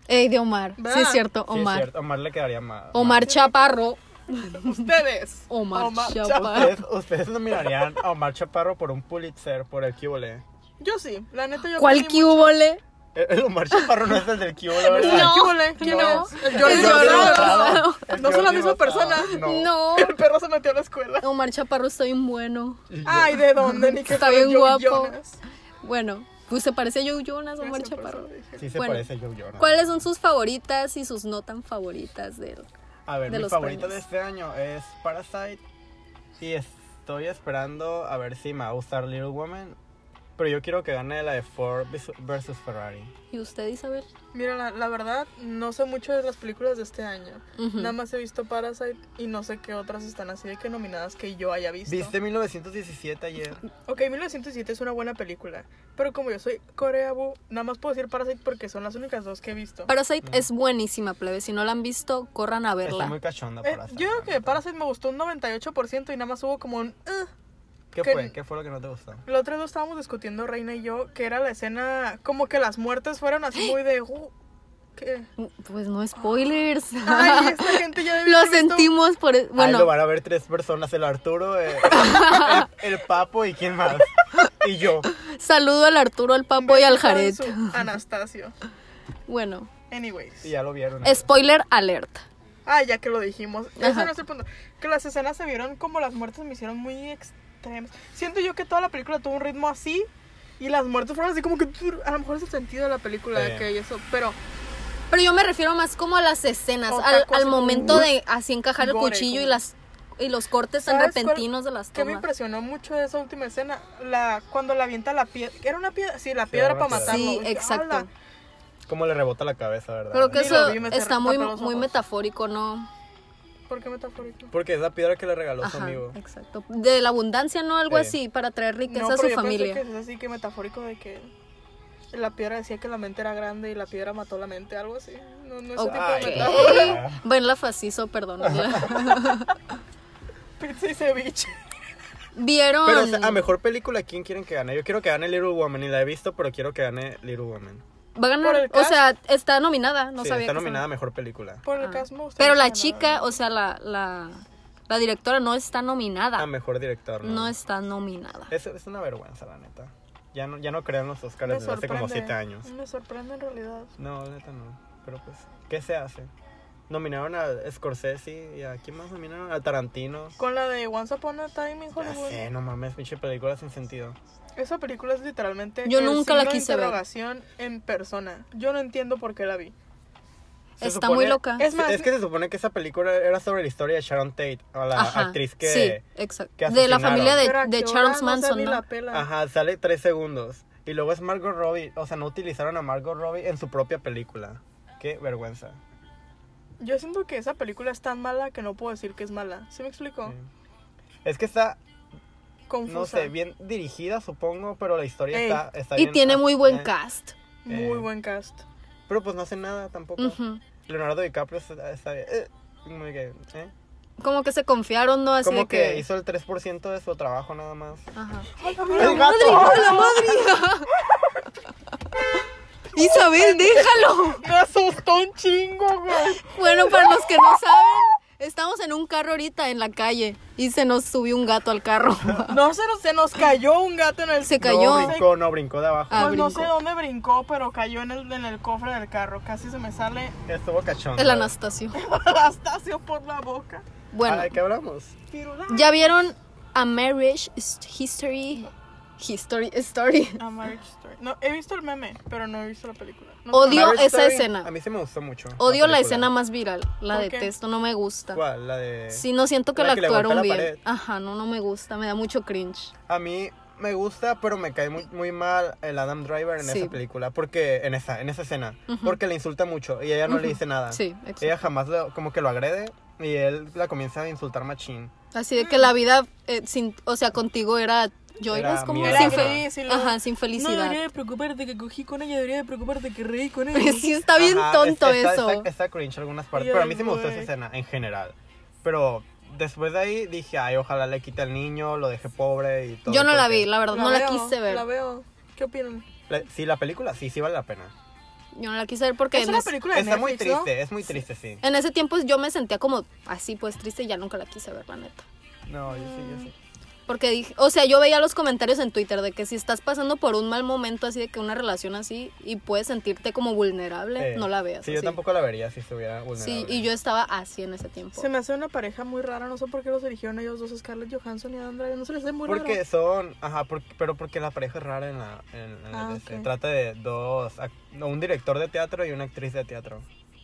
A: Ey, de Omar.
B: ¿Verdad?
A: Sí, es cierto,
C: Sí, es
A: Omar.
C: cierto, Omar le quedaría más.
A: Omar Chaparro.
B: Ustedes.
A: [laughs] Omar Chaparro.
C: Ustedes, ustedes nominarían a Omar Chaparro por un Pulitzer, por el Kibole.
B: Yo sí, la neta yo
A: ¿Cuál
B: aprendí mucho.
A: cubole?
C: El el Omar Chaparro no es el del Kibole, ¿verdad?
B: ¿El
A: No.
B: qué huele? ¿Quién
C: No.
B: es?
A: [laughs]
B: El Jordi
A: Es Jordi
B: Rosado.
A: Rosado.
C: El
B: No son la
C: Jordi
B: misma
C: Rosado.
B: persona.
C: ah, No.
A: No.
B: El perro se metió a la escuela.
A: Omar Chaparro está bien bueno.
B: Ay, ¿de dónde? Ni que
A: Está
B: fuera
A: bien
B: Joe
A: guapo.
B: Jonas.
A: Bueno, pues se parece a Joe Jonas, Omar
B: Gracias, por
A: Chaparro.
B: eso dije.
C: Sí se
A: Bueno.
C: parece a Joe Jordan.
A: ¿Cuáles son sus favoritas y sus no tan favoritas de él?
C: A ver,
A: de
C: mi
A: los
C: favorita
A: premios?
C: de este año es Parasite. Y estoy esperando a ver si me va a gustar Little Woman. Pero yo quiero que gane la de Ford vis- versus Ferrari.
A: ¿Y usted, Isabel?
B: Mira, la, la verdad, no sé mucho de las películas de este año.
A: Ujú.
B: Nada más he visto Parasite y no sé qué otras están así de que nominadas que yo haya visto.
C: ¿Viste 1917 ayer?
B: Ok, 1907 es una buena película, pero como yo soy coreabu, nada más puedo decir Parasite porque son las únicas dos que he visto.
A: Parasite es buenísima, plebe. Si no la han visto, corran a
C: Está
A: verla.
C: Mm. muy cachonda
B: Eh,
C: Ah, Parasite.
B: yo creo
C: la
B: que
C: neta.
B: Parasite me gustó un 98% y nada más hubo como un... "Ugh".
C: ¿Qué
B: que-
C: fue? ¿Qué fue lo que no te gustó?
B: La otra dos estábamos discutiendo, Reina y yo, que era la escena, como que las muertes fueron así muy de... "Uh, ¿Qué?
A: Pues no spoilers.
B: Ay, esta gente ya
A: [laughs]
B: debe
A: lo
B: haber visto-
A: sentimos por... e-
C: Bueno.
A: Bueno,
C: lo van a ver tres personas, el Arturo, eh, el, el Papo y quién más. Y yo.
A: saludo al Arturo, al Papo y al Jared.
B: Su Anastasio.
A: Bueno,
B: Anyways.
C: Y ya lo vieron.
A: spoiler alert.
B: Ah, ya que lo dijimos.
A: Ajá.
B: Ese no es el punto. Que las escenas se vieron como las muertes me hicieron muy extremas. Siento yo que toda la película tuvo un ritmo así y las muertes fueron así como que tur- a lo mejor es el sentido de la película
C: Sí.
B: que eso, pero pero
A: Pero yo me refiero más como a las escenas,
B: Otra
A: al,
B: cosa
A: al
B: como- uh,
A: momento de así encajar el
B: Gore,
A: cuchillo y
B: como-
A: las y los cortes tan
B: ¿Sabes cuál-
A: repentinos de las
B: que me
A: tomas.
B: impresionó mucho de esa última escena, la cuando la avienta la piedra, era una piedra, sí, la piedra
C: era
B: para
C: una piedra.
B: matarlo.
A: Sí,
B: Dije,
A: exacto.
B: "Ala".
C: Cómo le rebota la cabeza, ¿verdad?
A: Creo que
B: Ni lo
A: eso
B: vi, me
A: está
B: cerré-
A: muy,
B: tapé los
A: muy
B: ojos.
A: metafórico, ¿no?
B: ¿Por qué metafórico?
C: Porque es la piedra que le regaló su
A: Ajá,
C: amigo.
A: exacto. De la abundancia, ¿no? Algo
C: Sí.
A: así, para traer riqueza
B: no,
A: a su
B: pero yo pensé
A: familia.
B: que es así que metafórico de que la piedra decía que la mente era grande y la piedra mató la mente, algo así. No, no es
A: Ok.
B: un tipo de
C: Ay,
B: metáfora. [laughs]
A: Ven la facizo, perdón.
B: Pizza y ceviche.
A: [laughs] ¿Vieron?
C: Pero o sea, a mejor película, ¿quién quieren que gane? Yo quiero que gane Little Woman y la he visto, pero quiero que gane Little Woman.
A: Va a
B: por
A: ganar,
B: el
A: o sea, está nominada, no sabía
C: sí, está
A: que estaba-
C: nominada a mejor película.
B: Por el
A: Ah.
B: caso me gusta
A: Pero la
B: mucho nada.
A: chica, o sea, la, la, la directora no está nominada.
C: A mejor director. No,
A: No está nominada.
C: es, es una vergüenza, la neta. Ya no, ya no crean los Oscars
B: Me
C: desde hace como
B: sorprende.
C: 7 años.
B: Me sorprende en realidad.
C: No, la neta no. Pero pues, ¿qué se hace? Nominaron a Scorsese y a quién más nominaron? A Tarantino.
B: Con la de Once Upon a Time in
C: Ya
B: Hollywood.
C: sé, no mames, pinche película sin sentido.
B: Esa película es literalmente.
A: Yo
B: el
A: nunca la
B: signo de
A: quise ver.
B: interrogación en persona. Yo no entiendo por qué la vi.
C: Se
A: Está
C: supone-
A: muy loca.
B: Es más,
C: Es que se supone que esa película era sobre la historia de Sharon Tate, o la
A: Ajá,
C: actriz que...
A: sí, exacto.
C: que
A: de la
C: asesinaron.
A: familia de,
B: pero a
A: de
B: qué hora
A: Charles
B: no se
A: Manson,
B: vi
A: ¿no?
B: la pela.
C: Ajá, sale tres segundos. Y luego es Margot Robbie. O sea, no utilizaron a Margot Robbie en su propia película. Qué vergüenza.
B: Yo siento que esa película es tan mala que no puedo decir que es mala. ¿Sí me explico?
C: Sí. Es que está,
B: Oh. Confusa.
C: no sé, bien dirigida, supongo, pero la historia
B: Ey.
C: está, está
A: Y
C: bien-
A: tiene muy buen
C: Eh,
A: cast.
B: Muy
C: Eh.
B: buen cast.
C: Pero pues no hace nada tampoco.
A: Ujú.
C: Leonardo DiCaprio está, está bien. eh, muy que, eh.
A: Como que se confiaron, ¿no? Así
C: Como
A: de
C: que...
A: que...
C: hizo el 3% de su trabajo nada más.
A: Ajá.
C: ¡El gato!
A: ¡Hola, madre!
C: [laughs]
A: Isabel, déjalo.
B: Me asustó un chingo, güey.
A: Bueno, para los que no saben, estamos en un carro ahorita en la calle y se nos subió un gato al
C: [laughs]
A: carro.
B: No se nos, se nos cayó un gato en el
A: Se
C: No
A: cayó.
C: brincó, no brincó de abajo.
A: Ah.
B: Pues no sé
A: brincó.
B: dónde brincó, pero cayó en el, en el cofre del carro. Casi se me sale [laughs]
C: Estuvo cachón.
A: El Anastasio.
B: Anastasio por la boca.
A: Bueno,
C: ¿De qué hablamos?
B: Firula.
A: ¿ya vieron A Marriage History? History Story.
B: A Marriage Story. No, he visto el meme, pero no he visto la película. No,
A: Odio
C: Marriage
A: esa
C: Story,
A: escena.
C: A mí se me gustó mucho.
A: Odio la
C: película.
A: escena más viral. La
B: ¿Por qué?
A: detesto, no me gusta.
C: ¿Cuál? La de...
A: Sí, no siento que
C: La
A: la,
C: que le
A: actuaron
C: golpea
A: bien.
C: la pared.
A: Ajá, no, no me gusta, me da mucho cringe.
C: A mí me gusta, pero me cae muy, muy mal el Adam Driver en
A: Sí.
C: esa película. Porque, en esa, en esa escena. Porque le insulta mucho y ella no le dice nada.
A: Sí, exacto.
C: Ah. Ella jamás lo- como que lo agrede y él la comienza a insultar machín.
B: Mm.
A: Así de que la vida eh, sin, o sea, contigo era Yo
C: Era
A: es como
C: mierda.
A: sin,
C: Era
A: fe-
B: gris y luego-
A: Ajá, sin
B: No
A: felicidad. [laughs]
B: debería de preocuparte que cogí con ella, debería de preocuparte que reí con ella.
A: Pero sí está bien
C: Ajá,
A: tonto
C: es- está-
A: eso.
C: Está, está cringe algunas partes,
B: Y
C: pero a
B: ay,
C: mí sí me gustó esa
B: güey.
C: escena en general. Pero después de ahí dije, ay, ojalá le quite al niño, lo deje pobre y todo.
A: Yo no la
C: porque-
A: vi, la verdad, no la
B: veo,
A: quise ver.
B: La veo. ¿Qué opinan?
C: la- sí, la película sí, sí vale la pena.
A: Yo no la quise ver porque
B: es
A: en,
B: una
A: ese-
B: película de
C: Está muy
B: Netflix, ¿no?
C: triste, es muy triste, sí.
A: en ese tiempo yo me sentía como así, pues triste y ya nunca la quise ver, la neta.
C: No, yo sí, yo sí.
A: Porque dije, o sea, yo veía los comentarios en Twitter de que si estás pasando por un mal momento así de que una relación así y puedes sentirte como vulnerable,
C: Sí.
A: Eh, no la veas.
C: Sí, yo
A: así.
C: tampoco la vería si estuviera vulnerable.
A: Sí, y yo estaba así en ese tiempo.
B: Se me hace una pareja muy rara, no sé por qué los eligieron ellos dos, Scarlett Johansson y Adam Driver, no se les hace muy raro.
C: Porque son, ajá, por- pero porque la pareja es rara en la... En, en la
B: Ah,
C: de este.
B: ok.
C: Trata de dos, ac- no, un director de teatro y una actriz de teatro.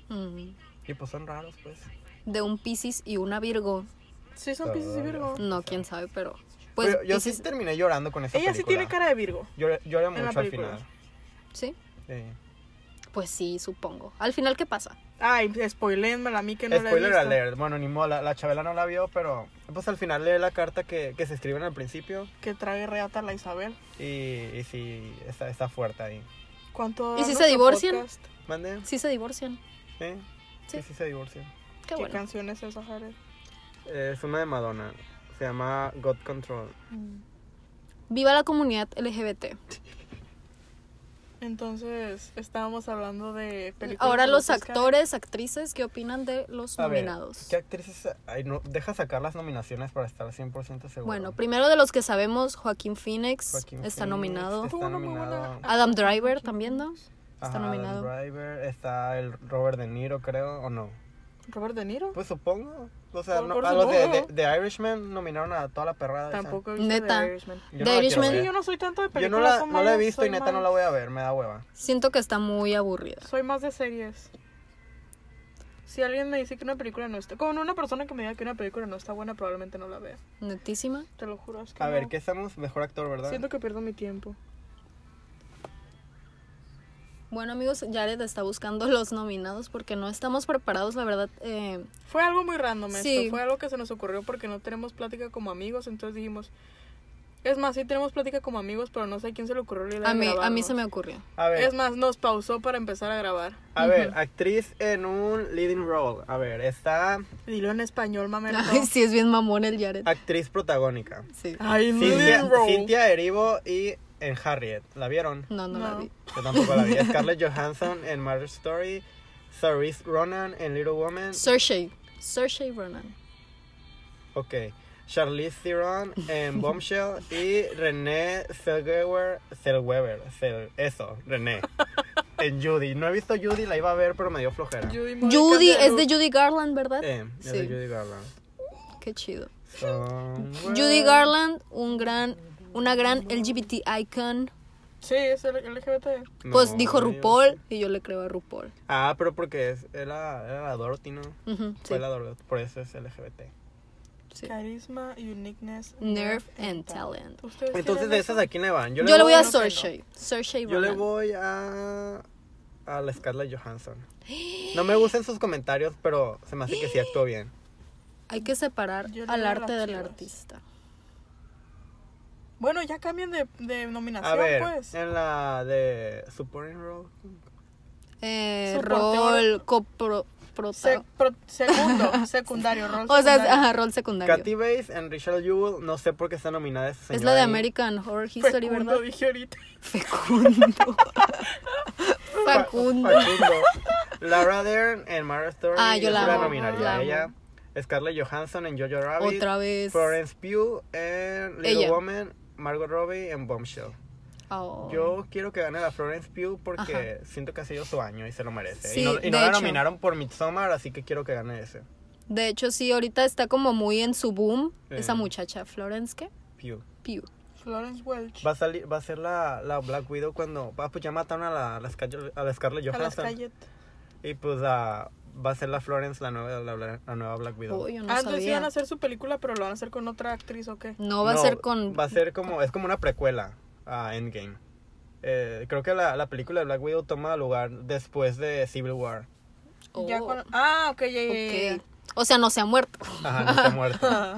A: Mm.
C: Y pues son raros, pues.
A: De un Piscis y una Virgo.
B: Sí,
C: Ah,
B: son Pisces y Virgo.
A: No, quién sabe, pero. Pues
C: Pero yo
A: Piscis-
C: sí terminé llorando con esa
B: Ella sí
C: película.
B: tiene cara de Virgo.
C: Lloré, lloré
B: la
C: mucho al
B: película.
C: final.
A: sí.
C: Sí.
A: Pues sí, supongo. Al final, ¿qué pasa?
B: Ay, spoilénmela a mí que no la he
C: Spoiler
B: visto.
C: alert. Bueno, ni modo, la, la Chabela no la vio, pero pues al final lee la carta que, que se escriben al principio
B: Que trae reata la Isabel.
C: y, y sí, está, está fuerte ahí.
B: ¿Cuánto
A: ¿Y
B: da
A: si se
B: nuestro
A: divorcian?
B: podcast?
C: ¿Mande?
A: Sí se divorcian.
C: ¿Eh?
A: Sí.
C: Sí, sí se divorció.
A: Qué
B: ¿Qué
A: bueno.
B: canción es esa, Jared?
C: Eh, es una de Madonna. Se llama God Control.
A: Viva la comunidad LGBT.
B: Entonces, estábamos hablando de películas.
A: Ahora
B: de
A: los
B: Oscar.
A: actores, actrices, ¿qué opinan de los
C: A ver,
A: nominados?
C: ¿Qué actrices? Ay, no, deja sacar las nominaciones para estar 100% seguro.
A: Bueno, primero de los que sabemos, Joaquín Phoenix
C: Joaquín
A: está
C: Phoenix,
A: nominado.
C: Está
B: Tuvo una muy
C: nominado.
B: buena-
A: Adam Driver también, ¿no? Está
C: Ajá, Adam
A: nominado.
C: Driver, está el Robert De Niro, creo, o no.
B: Robert De Niro.
C: Pues supongo. O sea,
B: Por-
C: no-
B: por
C: a los de, de,
B: supongo.
C: de Irishman nominaron a toda la perrada. esa.
B: Tampoco he visto
A: Neta.
B: The Irishman.
C: Yo
A: The
C: no la quiero
A: Irishman.
C: ver.
B: Sí, yo no soy tanto de
C: Yo no
B: películas.
C: la,
B: son
C: no la he
B: malas,
C: visto
B: soy
C: y neta
B: más-
C: no la voy a ver, me da hueva.
A: Siento que está muy aburrida.
B: Soy más de series. Si alguien me dice que una película no está. Con una persona que me diga que una película no está buena, probablemente no la vea.
A: Netísima.
B: Te lo juro. Es que
C: A ver,
B: no.
C: ¿qué estamos? Mejor actor, ¿verdad?
B: Siento que pierdo mi tiempo.
A: Bueno amigos, Jared está buscando los nominados porque no estamos preparados, la verdad. eh,
B: Fue algo muy random
A: Sí.
B: esto. Fue algo que se nos ocurrió porque no tenemos plática como amigos. Entonces dijimos. Es más, sí tenemos plática como amigos, pero no sé a quién se le ocurrió la idea
A: a,
B: de
A: mí, a mí
B: grabarnos.
A: se me ocurrió.
C: A ver,
B: Es más, nos pausó para empezar a grabar.
C: a ver, actriz en un leading role. A ver, está
B: Dilo en español, mamero.
A: [laughs] Ay, sí, es bien mamón el Jared.
C: actriz protagónica.
A: Sí.
B: Ay,
C: Cintia,
B: Leading Role.
C: Cintia Erivo y en Harriet. ¿La vieron?
A: No, no, la
B: No.
A: vi.
C: Yo tampoco
B: [laughs]
C: la vi. Scarlett Johansson en Marriage Story. Saoirse Ronan en Little Woman.
A: Cersei. Cersei Ronan.
C: Ok. Charlize Theron
A: [laughs]
C: en Bombshell y René Zellweger, Zellweger, Zell- eso,
A: [laughs]
C: René, en Judy. No he visto Judy, la iba a ver, pero me dio flojera.
B: Judy, Moore y
A: Judy,
B: Candelo.
A: es de Judy Garland, ¿verdad?
C: Eh, es de
A: Sí.
C: Judy Garland.
A: Qué chido.
C: Somewhere-
A: Judy Garland, un gran, una gran LGBT icon.
B: Sí, es el LGBT.
A: [laughs]
C: No,
A: Pues dijo
C: no, yo-
A: RuPaul y yo le creo a RuPaul.
C: Ah, pero porque es, era, era la Dorothy, ¿no?
A: Ujú, sí.
C: Fue la Dorothy, por eso es LGBT.
A: Sí.
B: Carisma, uniqueness,
A: Nerve and talent.
B: Ustedes
C: Entonces,
B: tienen
C: de
B: eso?
C: esas, ¿a quién le van?
A: Yo, le voy a
B: no sé, no.
A: Cersei. Cersei
C: Yo le
A: Ronan.
C: voy a. a la
A: [gasps]
C: Scarlett Johansson. No me gustan sus comentarios, pero se me hace que sí actuó bien.
A: Hay que separar
B: Yo le
A: al
B: voy a las
A: arte del
B: chivas.
A: artista.
B: Bueno, ya cambian de, de
C: A
B: nominación,
C: ver, eh.
B: pues.
C: en la de Supporting Role.
A: Eh,
B: Soporteo.
A: rol copro... prota-
B: Se- pro-
A: [laughs]
B: segundo, secundario, rol
A: o sea,
B: secundario.
A: ajá, rol secundario.
C: Kathy Bates en Richard Jewell, no sé por qué está nominada esa
A: es
C: señora
A: la de
C: ahí.
A: American Horror
B: Fecundo,
A: History,
B: [laughs]
A: ¿verdad?
B: dije ahorita. [laughs]
A: Fecundo.
C: Fa-
A: Facundo.
C: Facundo. Laura Dern en Marriage Story.
A: Ah, yo la
C: sí
A: amo,
C: nominaría
A: la
C: a
A: amo.
C: ella. Scarlett Johansson en Jojo Rabbit.
A: Otra vez.
C: Florence Pugh en Little
A: Ella.
C: Woman. Margot Robbie en Bombshell.
A: Oh.
C: Yo quiero que gane la Florence Pugh porque siento que ha sido su año y se lo merece.
A: Sí,
C: y no, y
A: de
C: no la
A: hecho.
C: nominaron por Midsommar, así que quiero que gane ese.
A: De hecho, sí, ahorita está como muy en su boom esa
C: Eh.
A: muchacha, Florence, ¿qué?
C: Pugh.
A: Pugh.
B: Florence Welch.
C: Va a, salir, va a ser la, la Black Widow cuando. Ah, pues ya mataron a la, a la Scar- a la Scarlett
B: a las
C: Johansson.
B: calles.
C: y pues ah, va a ser la Florence, la nueva, la, la- la nueva Black Widow.
A: Oh, yo no
B: ah, entonces
A: sabía.
B: iban a hacer su película, pero lo van a hacer con otra actriz o qué.
A: No va a
C: No,
A: ser con...
C: Va a ser como. Es como una precuela a Endgame. Eh, creo que la, la película de Black Widow toma lugar después de Civil War.
A: Oh,
B: Ya con- Ah, ok, ya, ya, ya, Ah. ya.
A: ok. O sea, no se ha muerto, [laughs]
C: Ajá, no está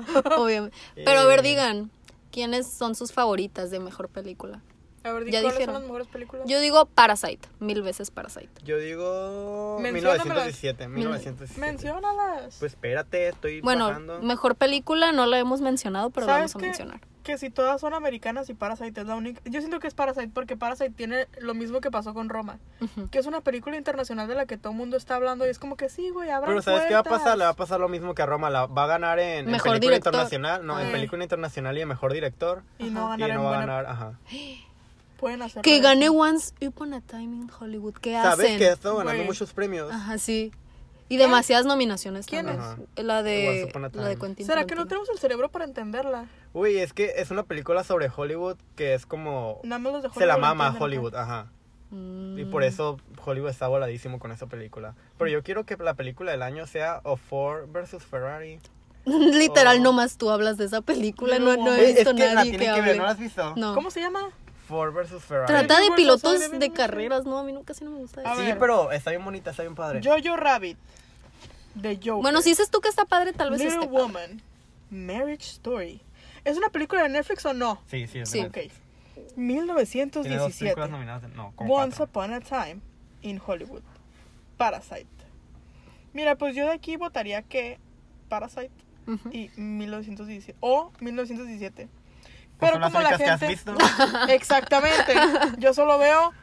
C: muerto.
A: obviamente. Pero a ver,
C: Eh.
A: digan, ¿Quiénes son sus favoritas de mejor película?
B: A ver, di
A: Ya
B: cuáles
A: dijeron.
B: son las mejores películas.
A: Yo digo Parasite, mil veces Parasite.
C: Yo digo.
B: Menciónamelas.
C: 1917. 1917.
B: Menciónalas.
C: Pues espérate, estoy
A: Bueno,
C: bajando.
A: mejor película no la hemos mencionado, pero la
B: ¿Sabes
A: vamos a
B: qué?
A: mencionar.
B: Que si todas son americanas y Parasite es la única. Yo siento que es Parasite porque Parasite tiene lo mismo que pasó con Roma.
A: Ujú.
B: Que es una película internacional de la que todo el mundo está hablando y es como que sí, güey, abran
C: Pero ¿sabes qué va a
B: puertas.
C: pasar? Le va a pasar lo mismo que a Roma. La va a ganar en, en
A: Mejor
C: película
A: director.
C: internacional. No, en
B: Ah.
C: película internacional y en mejor director.
B: Y no
A: Ajá.
C: Y
B: ganar en
C: no va a
B: buena-
C: ganar, ajá.
B: Pueden hacerlo.
A: Que gane Once Upon a Time in Hollywood. ¿Qué
C: ¿Sabes
A: hacen?
C: que ha estado ganando
B: Güey. Ah.
C: muchos premios?
A: Ajá, sí. Y demasiadas nominaciones
B: ¿Quién
A: también. Eh,
C: Ajá.
A: La
C: Once
A: de,
C: Upon a
A: la de
C: Time.
A: Quentin
B: ¿Será que no
A: Tarantino.
B: tenemos el cerebro para entenderla?
C: Uy, es que es una película sobre Hollywood que es como...
B: Nada más los de Hollywood.
C: se la
B: lo entienden
C: mama
B: acá.
C: Hollywood, ajá.
A: Mm.
C: Y por eso Hollywood está voladísimo con esa película. Pero yo quiero que la película del año sea O Ford versus Ferrari.
A: [laughs] Literal,
C: Oh.
A: nomás tú hablas de esa película. No,
B: No,
A: no he
C: Güey, es
A: visto
C: que la
A: nadie
C: tienen
A: que
C: que,
A: hable.
C: ver, ¿no la has visto?
A: No.
B: ¿Cómo se llama?
C: Ford versus Ferrari.
A: Trata de
B: Bueno,
A: pilotos
B: sabe,
A: de
B: no sé.
A: carreras, ¿no? A mí no, casi no me gusta
B: A
A: eso.
C: sí,
B: ver.
C: pero está bien bonita, está bien padre.
B: Jojo Rabbit. De Joker.
A: Bueno, si dices tú que está padre, tal vez este.
B: Little
A: esté padre.
B: Woman. Marriage Story. ¿Es una película de Netflix o no?
C: Sí, sí, es
A: Sí.
C: buena.
B: Ok.
C: Tiene dos
B: 1917.
C: películas nominadas. No, como
B: Once
C: cuatro.
B: Upon a Time in Hollywood. Parasite. Mira, pues yo de aquí votaría que Parasite
A: Ujú.
B: y 1917 o 1917.
C: Pues
B: Pero
C: son las
B: como la
C: únicas que has
B: gente
C: visto.
B: [laughs] Exactamente. Yo solo veo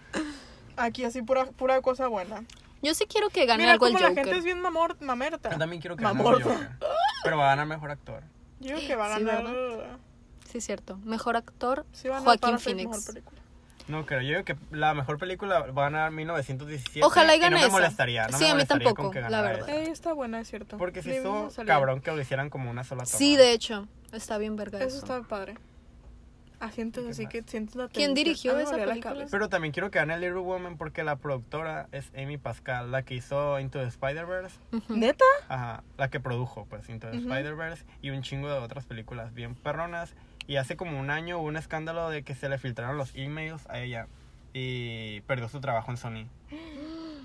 B: aquí así pura pura cosa buena.
A: Yo sí quiero que gane
B: Mira
A: algo el
B: como la
A: Joker.
B: gente es bien mamor, mamerta.
C: Yo también quiero que gane
B: Mamorta.
C: Joker. Pero va a ganar mejor actor.
B: Yo digo que va a
A: Sí,
B: ganar.
A: Sí, cierto. Mejor actor,
B: sí va a ganar
A: Joaquín
B: Parasite mejor
A: Phoenix.
B: película.
C: No creo, yo digo que la mejor película va a ganar 1917.
A: Ojalá y
C: y
A: gane
C: no me
A: esa.
C: molestaría. No
A: Sí,
C: me
A: a mí
C: molestaría
A: tampoco,
C: con que
A: la
C: ganara
A: verdad.
C: esa.
B: Eh, está buena, es cierto.
C: Porque si
B: Ni
C: hizo
B: mismo salió.
C: cabrón que lo hicieran como una sola toma.
A: Sí, de hecho. Está bien verga
B: Eso
A: eso.
B: está padre. Ah, Asientos
C: ¿Qué
B: así
C: más?
B: que sientes la
A: ¿Quién
B: tensión.
A: dirigió
B: Ah, me
A: esa
B: dolía la
A: película?
B: cabeza.
C: Pero también quiero que gane Little Woman porque la productora es Amy Pascal, la que hizo Into the Spider-Verse.
A: Ujú.
B: ¿Neta?
C: Ajá, la que produjo, pues, Into the
B: Ujú.
C: Spider-Verse y un chingo de otras películas bien perronas. Y hace como un año hubo un escándalo de que se le filtraron los emails a ella y perdió su trabajo en
B: [gasps]
C: Sony.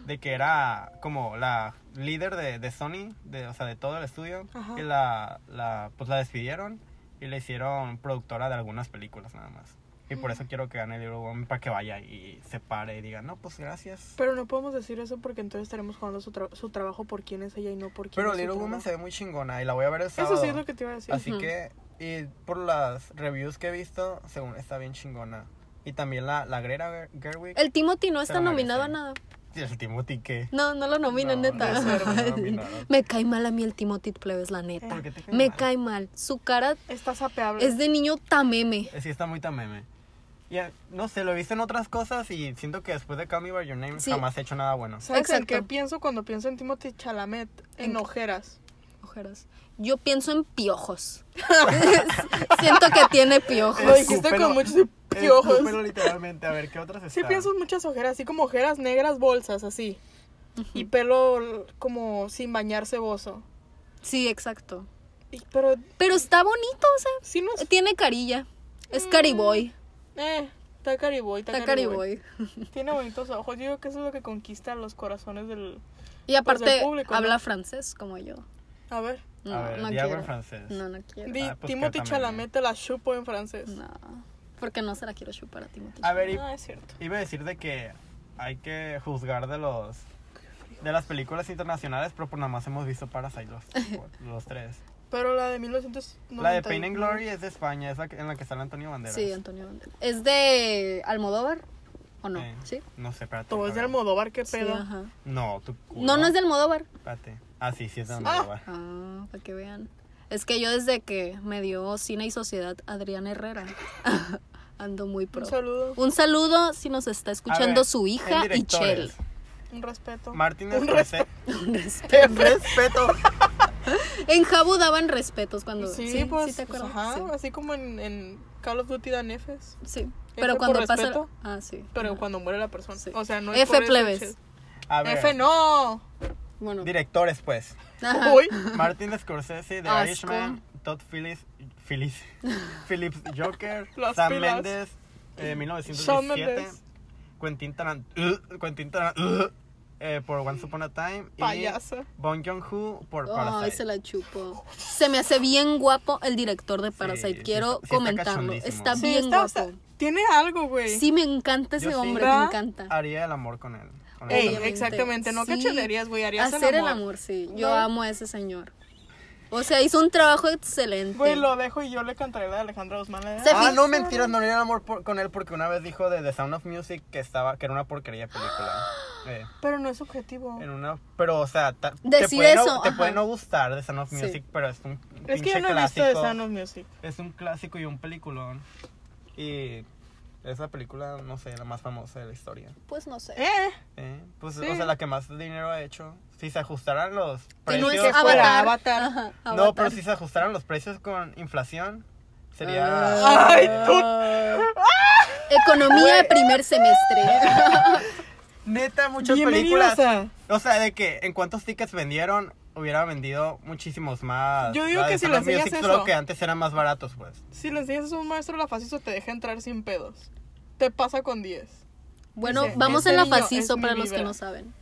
C: De que era como la líder de, de Sony, de, o sea, de todo el estudio.
B: Ajá.
C: Y la, la, pues la despidieron y la hicieron productora de algunas películas nada más. Y por eso quiero que gane el libro Woman para que vaya y se pare y diga, no, pues gracias.
B: Pero no podemos decir eso porque entonces estaremos jugando su, tra- su trabajo por quién es ella y no por quién
C: Pero
B: es su
C: Little Woman
B: trabajo.
C: se ve muy chingona y la voy a ver el sábado.
B: Eso sí es lo que te iba a decir.
C: Así
A: Ujú.
C: que, y por las reviews que he visto, según está bien chingona. Y también la, la Greta Ger- Gerwig.
A: El Timothy no está
C: Pero
A: nominado a
C: merece.
A: nada.
C: Y el Timothy que...
A: No, no lo nominan,
C: No,
A: neta.
C: no lo
A: [laughs]
C: nominaron.
A: me cae mal a mí el Timothy Plebes, la
B: Eh,
A: neta.
C: ¿Por qué te cae
A: me
C: mal?
A: cae mal. Su cara
B: Está sapeable.
A: es de niño tameme.
C: Eh, Sí, está muy tameme. Y eh, no sé, lo he visto en otras cosas y siento que después de Call Me By Your Name
A: Sí.
C: jamás he hecho nada bueno.
B: ¿Sabes en
A: Exacto.
B: qué pienso cuando pienso en Timothy Chalamet? En
A: ¿En qué?
B: ojeras.
A: Ojeras. Yo pienso en
C: [laughs]
A: piojos. [laughs] Siento que tiene piojos.
B: Lo dijiste
C: Escúpelo.
B: con muchos piojos.
C: Escúpelo Eh, literalmente, a ver, ¿qué otras están?
B: Sí pienso en muchas ojeras, así como ojeras negras, bolsas, así. Y pelo l- como sin bañarse bozo.
A: Sí, exacto.
B: Y- pero
A: Pero está bonito, o sea,
B: sí no es...
A: tiene carilla. Es cariboy.
B: Eh, está cariboy, Mm, está, Pues,
A: Está
B: cariboy.
A: cariboy.
B: Tiene bonitos ojos. Yo digo que eso es lo que conquista los corazones del...
A: Y aparte,
B: del público, ¿no?
A: habla francés como yo.
B: A ver.
A: No,
C: a ver,
A: no
C: di algo
A: quiero.
C: en francés.
A: No, no quiero.
B: Di
C: Ah, pues que
B: Timothy
C: también.
B: Chalamet te la chupo en francés.
A: No. Porque no se la quiero chupar a Timothy.
C: A ver, y-
B: Ah, es cierto.
C: iba a decir de que hay que juzgar de los... De las películas internacionales, pero por nada más hemos visto Parasite
A: [laughs]
C: los, los tres.
B: Pero la de 1990.
C: La de Pain and Glory es de España, es la que- en la que sale Antonio Banderas.
A: Sí, Antonio Banderas. ¿Es de Almodóvar o no?
C: Eh,
A: Sí.
C: No sé, espérate.
B: Todo es de
C: a ver.
B: Almodóvar, qué
A: Sí,
B: pedo.
A: ajá.
C: No, tú.
A: No, no es de Almodóvar.
C: Espérate. Ah, sí, sí es de Almodóvar.
A: Ah, para que vean. Es que yo desde que me dio Cine y Sociedad Adrián Herrera [laughs] ando muy pro.
B: Un saludo,
A: Un saludo si nos está escuchando
C: A ver,
A: su
C: en
A: hija y Chel.
C: directores.
B: un respeto.
C: Martin
B: Un [laughs]
C: Scorsese.
A: Un [laughs] respeto.
C: ¡Qué respeto!
A: En Jabu daban respetos cuando.
B: Sí, pues,
A: ¿sí te
B: pues,
A: acuerdas?
B: ajá,
A: Sí.
B: así como en, en Call of Duty dan Fs,
A: Sí.
B: F
A: Pero
B: por
A: cuando pasa.
B: respeto,
A: Ah, sí.
B: pero
A: Ajá.
B: cuando muere la persona.
A: Sí.
B: O sea, no es
A: F
B: por eso,
A: plebes.
B: che.
C: [laughs] A ver.
B: F no.
A: Bueno.
C: Directores, pues.
A: Ajá.
B: [laughs] Uy,
C: Martin Scorsese, The
A: Asco.
C: Irishman, Todd Phillips,
B: [laughs]
C: Phillips, Phillips Joker,
B: Las
C: Sam
B: pilas.
C: Mendes, eh,
B: Shawn
C: 1917,
B: Mendes.
C: uh, Quentin Tarantino, Quentin Taran- eh, por Once Upon a Time.
B: Payaso.
C: Y Bong Joon-ho por
A: Ay,
C: Parasite.
A: se la chupo. Se me hace bien guapo el director de Parasite.
C: sí,
A: Quiero
C: está- sí está
A: comentarlo.
C: cachondísimo.
A: Está
B: Sí,
A: bien
B: está-
A: guapo.
B: está- tiene algo, güey.
A: Sí, me encanta ese
C: Yo sí.
A: hombre, me
B: ¿Verdad?
A: encanta.
C: Haría el amor con él.
B: Ey,
C: honestamente.
B: exactamente, no cachonerías, güey, harías el
A: Hacer el
B: amor.
A: amor, sí. Yo
B: No.
A: amo a ese señor. O sea, hizo un trabajo excelente.
B: Güey, lo dejo y yo le cantaré la de Alejandra Guzmán. ¿eh? la de-
A: Se-
C: Ah,
A: fi-
C: no, mentiras, no haría el amor por- con él porque una vez dijo de The Sound of Music que estaba que era una
B: [gasps]
C: porquería película. Eh,
B: Pero no es objetivo.
C: en una, pero, o sea, ta- te,
A: Decir
C: puede
A: eso,
C: no, te
A: ajá.
C: puede no gustar The Sound of
A: Sí.
C: Music, pero es un
B: Es que
C: pinche
B: yo no he visto
C: clásico.
B: de Sound of Music.
C: Es un clásico y un peliculón. Y es la película, no sé, la más famosa de la historia.
A: Pues no sé.
B: Eh,
C: Eh, Pues,
B: Sí.
C: o sea, la que más dinero ha hecho. Si se ajustaran los
A: Que
C: precios.
A: no es
B: Que fuera
A: Avatar.
B: Avatar.
A: Ajá,
C: No, pues
A: Avatar.
C: pero si se ajustaran los precios con inflación, sería.
A: Ah.
B: Ay, tú.
A: Economía de primer semestre.
B: [laughs]
C: Neta, muchas
B: Bienvenidos
C: películas.
B: a...
C: O sea, de que en cuántos tickets vendieron, hubiera vendido muchísimos más.
B: Yo digo
C: La de
B: que si
C: Sound
B: le
C: of Music,
B: enseñas
C: Solo
B: eso.
C: que antes eran más baratos, pues.
B: Si le enseñas a un maestro la facizo, te deja entrar sin pedos. Te pasa con 10.
A: Bueno,
B: Dice,
A: vamos
B: este
A: en la
B: niño
A: facizo
B: es mi
A: para los que
B: vibra.
A: no saben.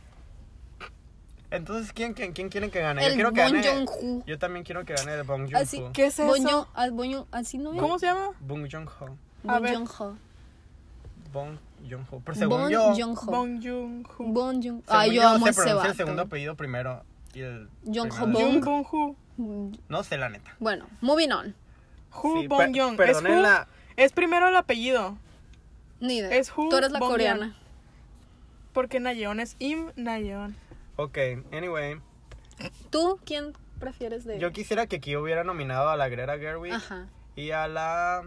C: Entonces, ¿quién, quién, quién quieren que gane?
A: El
C: yo quiero que
A: Bong
C: gane.
A: Joon-ho.
C: Yo también quiero que gane de Bong Joon-ho.
A: Así,
B: ¿Qué es eso?
A: Bong Joon- ah, Bong Joon- así no es.
B: ¿Cómo se llama?
C: Bong Joon-ho.
B: A
A: Bong
B: ver.
A: Joon-ho.
C: Bong Joon-ho. Pero pues, según
A: Bong
C: yo.
A: Joon-ho.
B: Bong Joon-ho.
A: Bong Joon.
C: según
A: Ay, yo
C: yo
A: amo
C: se
A: ese
C: pronuncia el segundo
A: vato.
C: apellido primero. Y el
A: Joon-ho
C: primero.
A: Bong.
B: Jung Bong Ho.
C: No sé, la neta.
A: Mm, Bueno, moving on.
B: Hu
C: Sí,
B: Bong
C: per-
B: Jung. Es,
C: perdonen
B: Hu-
C: la-
B: es primero el apellido.
A: Ni idea.
B: Es Who
A: Tú eres la
B: Bong
A: coreana.
B: Porque Nayeon es Im Nayeon.
C: Ok, anyway.
A: ¿Tú quién prefieres de
C: Yo quisiera que aquí hubiera nominado a la Greta Gerwig
A: Ajá.
C: y a la.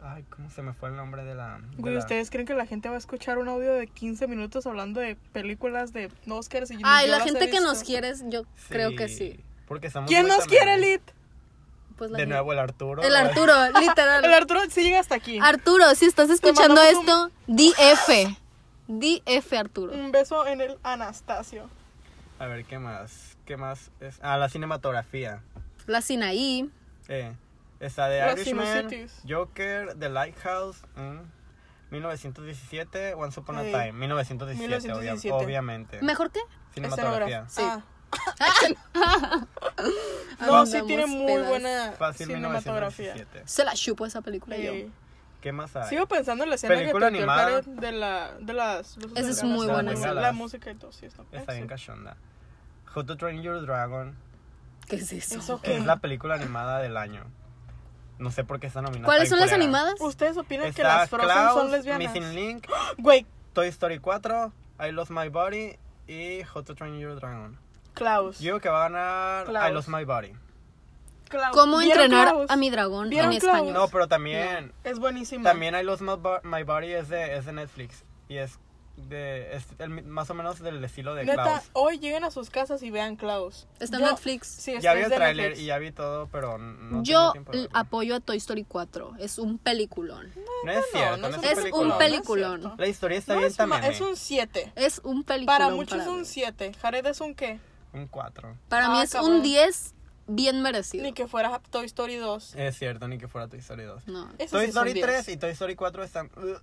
C: Ay, ¿cómo se me fue el nombre de la. de
B: Güey,
C: la-
B: ¿ustedes creen que la gente va a escuchar un audio de 15 minutos hablando de películas de Oscars? Y yo
A: Ay, la
B: las he
A: gente que
B: visto?
A: nos quieres, yo creo que sí.
C: Porque somos
B: ¿Quién
C: muy
B: nos quiere,
C: camerados.
B: Lit?
A: Pues la
C: De
A: gente-
C: nuevo el Arturo.
A: El
C: [laughs]
A: Arturo,
B: El
A: literal.
B: Arturo sí llega hasta aquí.
A: Arturo, si estás escuchando
B: mandamos
A: esto, di F. Di F, Arturo.
B: Un beso en el Anastasio.
C: A ver, ¿qué más? ¿Qué más? Es... Ah, la cinematografía.
A: La Sinaí.
C: Eh, está de
B: Los
C: Irishman,
B: Sinusitis.
C: Joker, The Lighthouse, mm, 1917, Once Upon a
B: Ey.
C: Time. 1917, obvia-
B: 1917.
C: obviamente.
A: ¿Mejor qué?
C: Cinematografía.
A: Sí.
B: Ah. No, [laughs]
A: Andamos
B: sí tiene muy
A: pedas.
B: buena
C: Fácil,
B: cinematografía.
C: 1917.
A: Se la chupo esa película yo.
B: Sí.
C: ¿Qué más hay?
B: Sigo pensando en la escena
C: Película
B: que
C: animada.
B: animada. de la de las luces
A: Esa
B: del
A: es
B: Galáctico.
A: muy buena
C: escena.
B: La música y todo sí está.
C: Está bien
B: sí.
C: cachonda. How to Train Your Dragon,
A: ¿Qué es eso?
B: Eso
C: que
B: que-
C: es la película animada del año. No sé por qué está nominada.
A: ¿Cuáles son las
C: Está bien culera.
A: animadas?
B: ¿Ustedes opinan que
C: Está
B: las Frozen
C: Klaus,
B: son lesbianas?
C: Missing Link,
B: Güey,
C: Toy Story 4, I Lost My Body y How to Train Your Dragon.
B: Klaus.
C: Yo creo que va a ganar
B: Klaus.
C: I Lost My Body.
B: Klaus.
A: ¿Cómo
B: ¿Vieron
A: entrenar
B: Klaus?
A: a mi dragón en
B: ¿Vieron Klaus?
A: español?
C: No, pero también,
B: Es buenísima.
C: también I Lost My, Bo- My Body es de, es de Netflix y es, de, es el mi- más o menos del estilo de
B: Neta,
C: Klaus.
B: hoy lleguen a sus casas y vean Klaus.
A: Está en
B: Yo-
A: Netflix.
B: Sí, está
C: Ya vi
B: es
C: el
B: de
C: tráiler
B: Netflix.
C: y ya vi todo, pero no tengo
A: Yo
C: tiempo de verlo.
A: apoyo a Toy Story 4. Es un peliculón.
C: No es
B: No,
C: cierto,
B: no
C: no,
B: es
A: Es
B: una
C: es,
A: un
B: película, no es
C: peliculón.
A: peliculón.
B: cierto.
C: La historia está
B: No,
C: bien
B: es,
C: también. ¿eh?
B: ma- es un 7.
A: Es un peliculón.
B: Para muchos es un
A: mí.
B: 7. Jared es un qué?
C: Un 4.
A: Para mí
B: Ah,
A: es un
B: cabrón.
A: 10 bien merecido.
B: Ni que fuera Toy Story 2.
C: Es cierto, ni que fuera Toy Story 2.
A: No.
B: Ese sí
C: Toy
B: es
C: Story
B: un 10.
C: 3 y Toy Story 4 están... uh,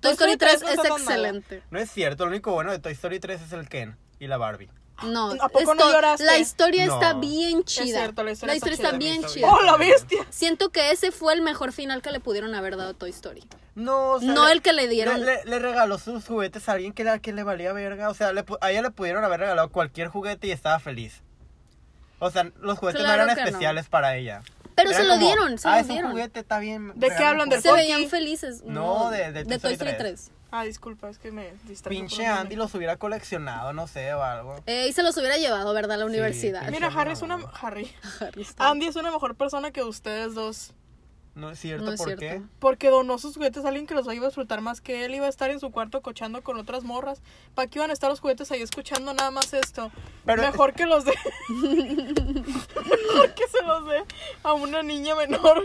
A: Toy Story 3
B: no
A: es
B: está tan mala.
A: excelente.
C: No es cierto, lo único bueno de Toy Story 3 es el Ken y la Barbie.
A: No,
B: ¿A poco
A: es
B: no
A: to-
B: lloraste?
A: la historia
C: No.
A: está bien chida.
B: cierto, la historia está
A: está,
B: chida.
A: bien
C: Está bien.
A: chida.
B: ¡Oh, la bestia!
A: Siento que ese fue el mejor final que le pudieron haber dado a Toy Story.
C: No, o sea,
A: No el que le dieron.
C: Le, le regaló sus juguetes a alguien que, la, que le valía verga. O sea, le pu- a ella le pudieron haber regalado cualquier juguete y estaba feliz. O sea, los juguetes
A: Claro
C: no eran
A: que no.
C: especiales para ella.
A: Pero se
C: Eran
A: lo
C: como,
A: dieron, se
C: ah,
A: lo
C: es un
A: dieron.
C: juguete, está bien.
B: ¿De qué
C: regálame
B: hablan
C: un
B: del
A: Se
C: juguete.
B: Forky.
A: veían felices.
C: No, de- de
A: Toy Story
C: Toy Story
A: 3.
B: Ah, disculpa, es que me distraje.
C: Pinche Andy los hubiera coleccionado, no sé, o algo.
A: Eh, y se los hubiera llevado, ¿verdad? A la universidad. pues [laughs]
C: pinche-
B: Mira, Harry es una.
C: No.
B: Harry.
A: Harry
C: ah,
A: Styles.
B: Andy es una mejor persona que ustedes dos.
C: No es cierto,
A: No es
C: ¿por
A: cierto.
C: qué?
B: Porque donó sus juguetes a alguien que los iba a disfrutar más que él. Iba a estar en su cuarto cochando con otras morras. ¿Para qué iban a estar los juguetes ahí escuchando nada más esto?
C: Pero-
B: Mejor que los de. [laughs] Mejor que se los dé a una niña menor.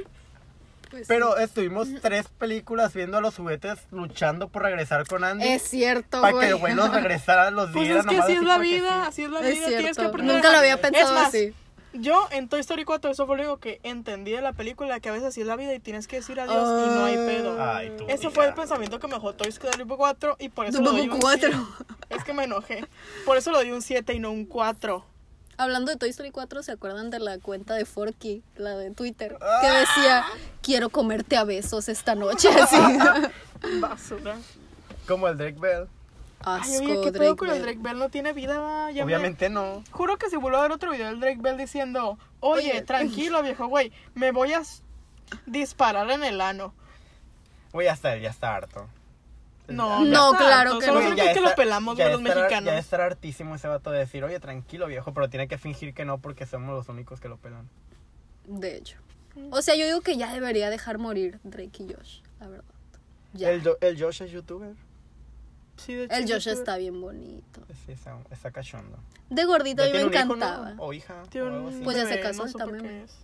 A: Pues
C: Pero estuvimos tres películas viendo a los juguetes luchando por regresar con Andy.
A: Es cierto,
C: Para que
A: güey.
C: el
A: [laughs]
C: güey los regresara, los
B: Pues
C: diera
B: es que
C: nomás
B: así es la
C: porque
B: vida.
C: sí.
B: Así es la
A: Es
B: vida. Tienes que
A: cierto.
B: aprender. a
A: Nunca lo había
B: dejar-
A: pensado
B: Es más,
A: así.
B: Yo en Toy Story 4, eso fue lo único que entendí de la película, que a veces así es la vida y tienes que decir adiós y
A: Ah.
B: no hay pedo.
C: Ay, tú,
B: Eso
C: mira.
B: fue el pensamiento que me dejó Toy Story 4 y por eso le doy
A: Dumbo
B: un
A: 4.
B: sí. Es que me enojé. Por eso le doy un 7 y no un 4.
A: Hablando de Toy Story 4, ¿se acuerdan de la cuenta de Forky, la de Twitter?
C: Ah.
A: Que decía, quiero comerte a besos esta noche.
C: [laughs]
A: Así. [laughs]
B: Basura.
C: Como el Drake Bell.
B: Ay, oye,
A: Asco, Drake
B: ¿qué pedo con el
A: Bell.
B: Drake Bell? No tiene vida. ya me-
C: Obviamente no.
B: Juro que se volvió a ver otro video del Drake Bell diciendo, oye,
A: Oye.
B: tranquilo viejo, güey, me voy a s- disparar en el ano.
C: Güey, hasta él ya está harto.
A: No,
B: No, ya está,
A: claro
B: entonces,
A: que no.
B: Solo
A: Güey,
B: creo que lo pelamos, güey, los
C: estar- Ya debe
B: mexicanos.
C: estar hartísimo ese vato de decir, oye, tranquilo, viejo, pero tiene que fingir que no porque somos los únicos que lo pelan.
A: De hecho. O sea, yo digo que ya debería dejar morir Drake y Josh, la verdad. Ya.
C: El,
A: El,
C: Jo- el Josh es youtuber.
B: Sí, de hecho,
A: Josh
B: sí,
A: está bien bonito.
C: Sí, está, está cachondo.
A: De gordito a mí me
C: tiene un hijo,
A: encantaba.
C: ¿no? O hija.
B: tiene
C: o algo
B: un
C: así.
A: Pues ya se
B: bebé,
A: casó
B: no sé
A: también,
B: por qué
A: güey.
B: es.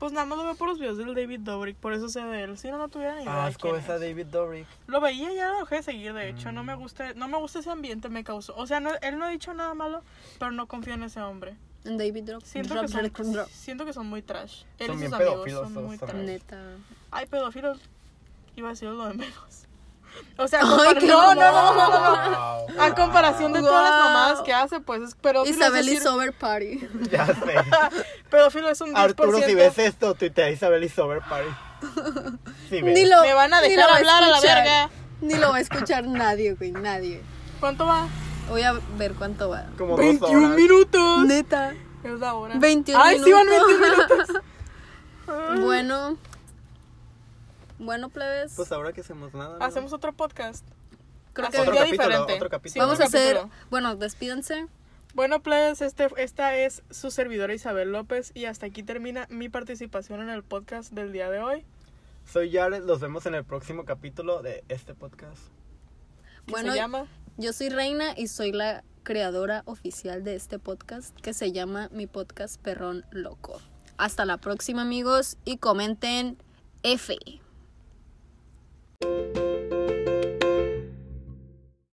B: Pues nada más lo veo por los videos del David Dobrik, por eso sé de él. Si no, no tuviera ni idea. de
C: Asco
B: quién
C: Ah, esa
B: es.
C: David Dobrik.
B: Lo veía y ya lo dejé de seguir, de hecho.
C: Mm.
B: No me gusta, no me gusta ese ambiente, me causó. O sea, no- él no ha dicho nada malo, pero no confío en ese hombre.
A: En David Drop.
B: Siento,
A: Drop,
B: que son,
A: Drop, Drop.
B: siento que son muy trash. Él
C: Son
B: y
C: bien
B: sus amigos
C: pedófilos
B: son
C: todos,
B: muy
C: son
B: trash.
A: Neta.
B: Ay, pedófilos. Iba a decir lo de menos. [laughs] O sea,
A: Ay,
B: compar-
A: qué
B: no, no, no, no, no, no.
C: Wow.
B: A comparación de todas las
A: Wow.
B: mamadas que hace, pues es pedófilo.
A: Isabel
B: es
A: y
B: decir,
A: Sober [laughs] Party.
C: [laughs]
B: [laughs]
C: Ya sé.
B: Pedófilo es un 10%.
C: Arturo, si ves esto, tuitea a Isabel y Sober Party. Si ves.
A: Ni lo,
B: Me van a
A: ni lo
B: dejar
A: va
B: hablar a la
A: escuchar.
B: verga.
A: Ni lo va a escuchar nadie, güey, nadie.
B: ¿Cuánto va?
A: Voy a ver cuánto va.
C: Como dos horas.
B: minutos.
A: Neta.
B: Es la hora.
A: 21
B: Ay, sí van 21
A: minutos. [laughs]
B: minutos.
A: Bueno. Bueno, plebes.
C: Pues ahora que hacemos nada. ¿no?
B: Hacemos otro podcast.
A: creo
C: otro
A: que
B: ya
C: capítulo,
B: diferente.
C: otro capítulo.
B: Sí,
A: vamos a
B: otro
A: hacer.
B: capítulo.
A: Bueno, despídense.
B: Bueno, plebes, este, esta es su servidora Isabel López y hasta aquí termina mi participación en el podcast del día de hoy.
C: Soy Jared, los vemos en el próximo capítulo de este podcast.
B: que
A: Bueno,
B: se llama
A: yo soy Reina y soy la creadora oficial de este podcast que se llama Mi Podcast Perrón Loco. Hasta la próxima, amigos, y comenten F.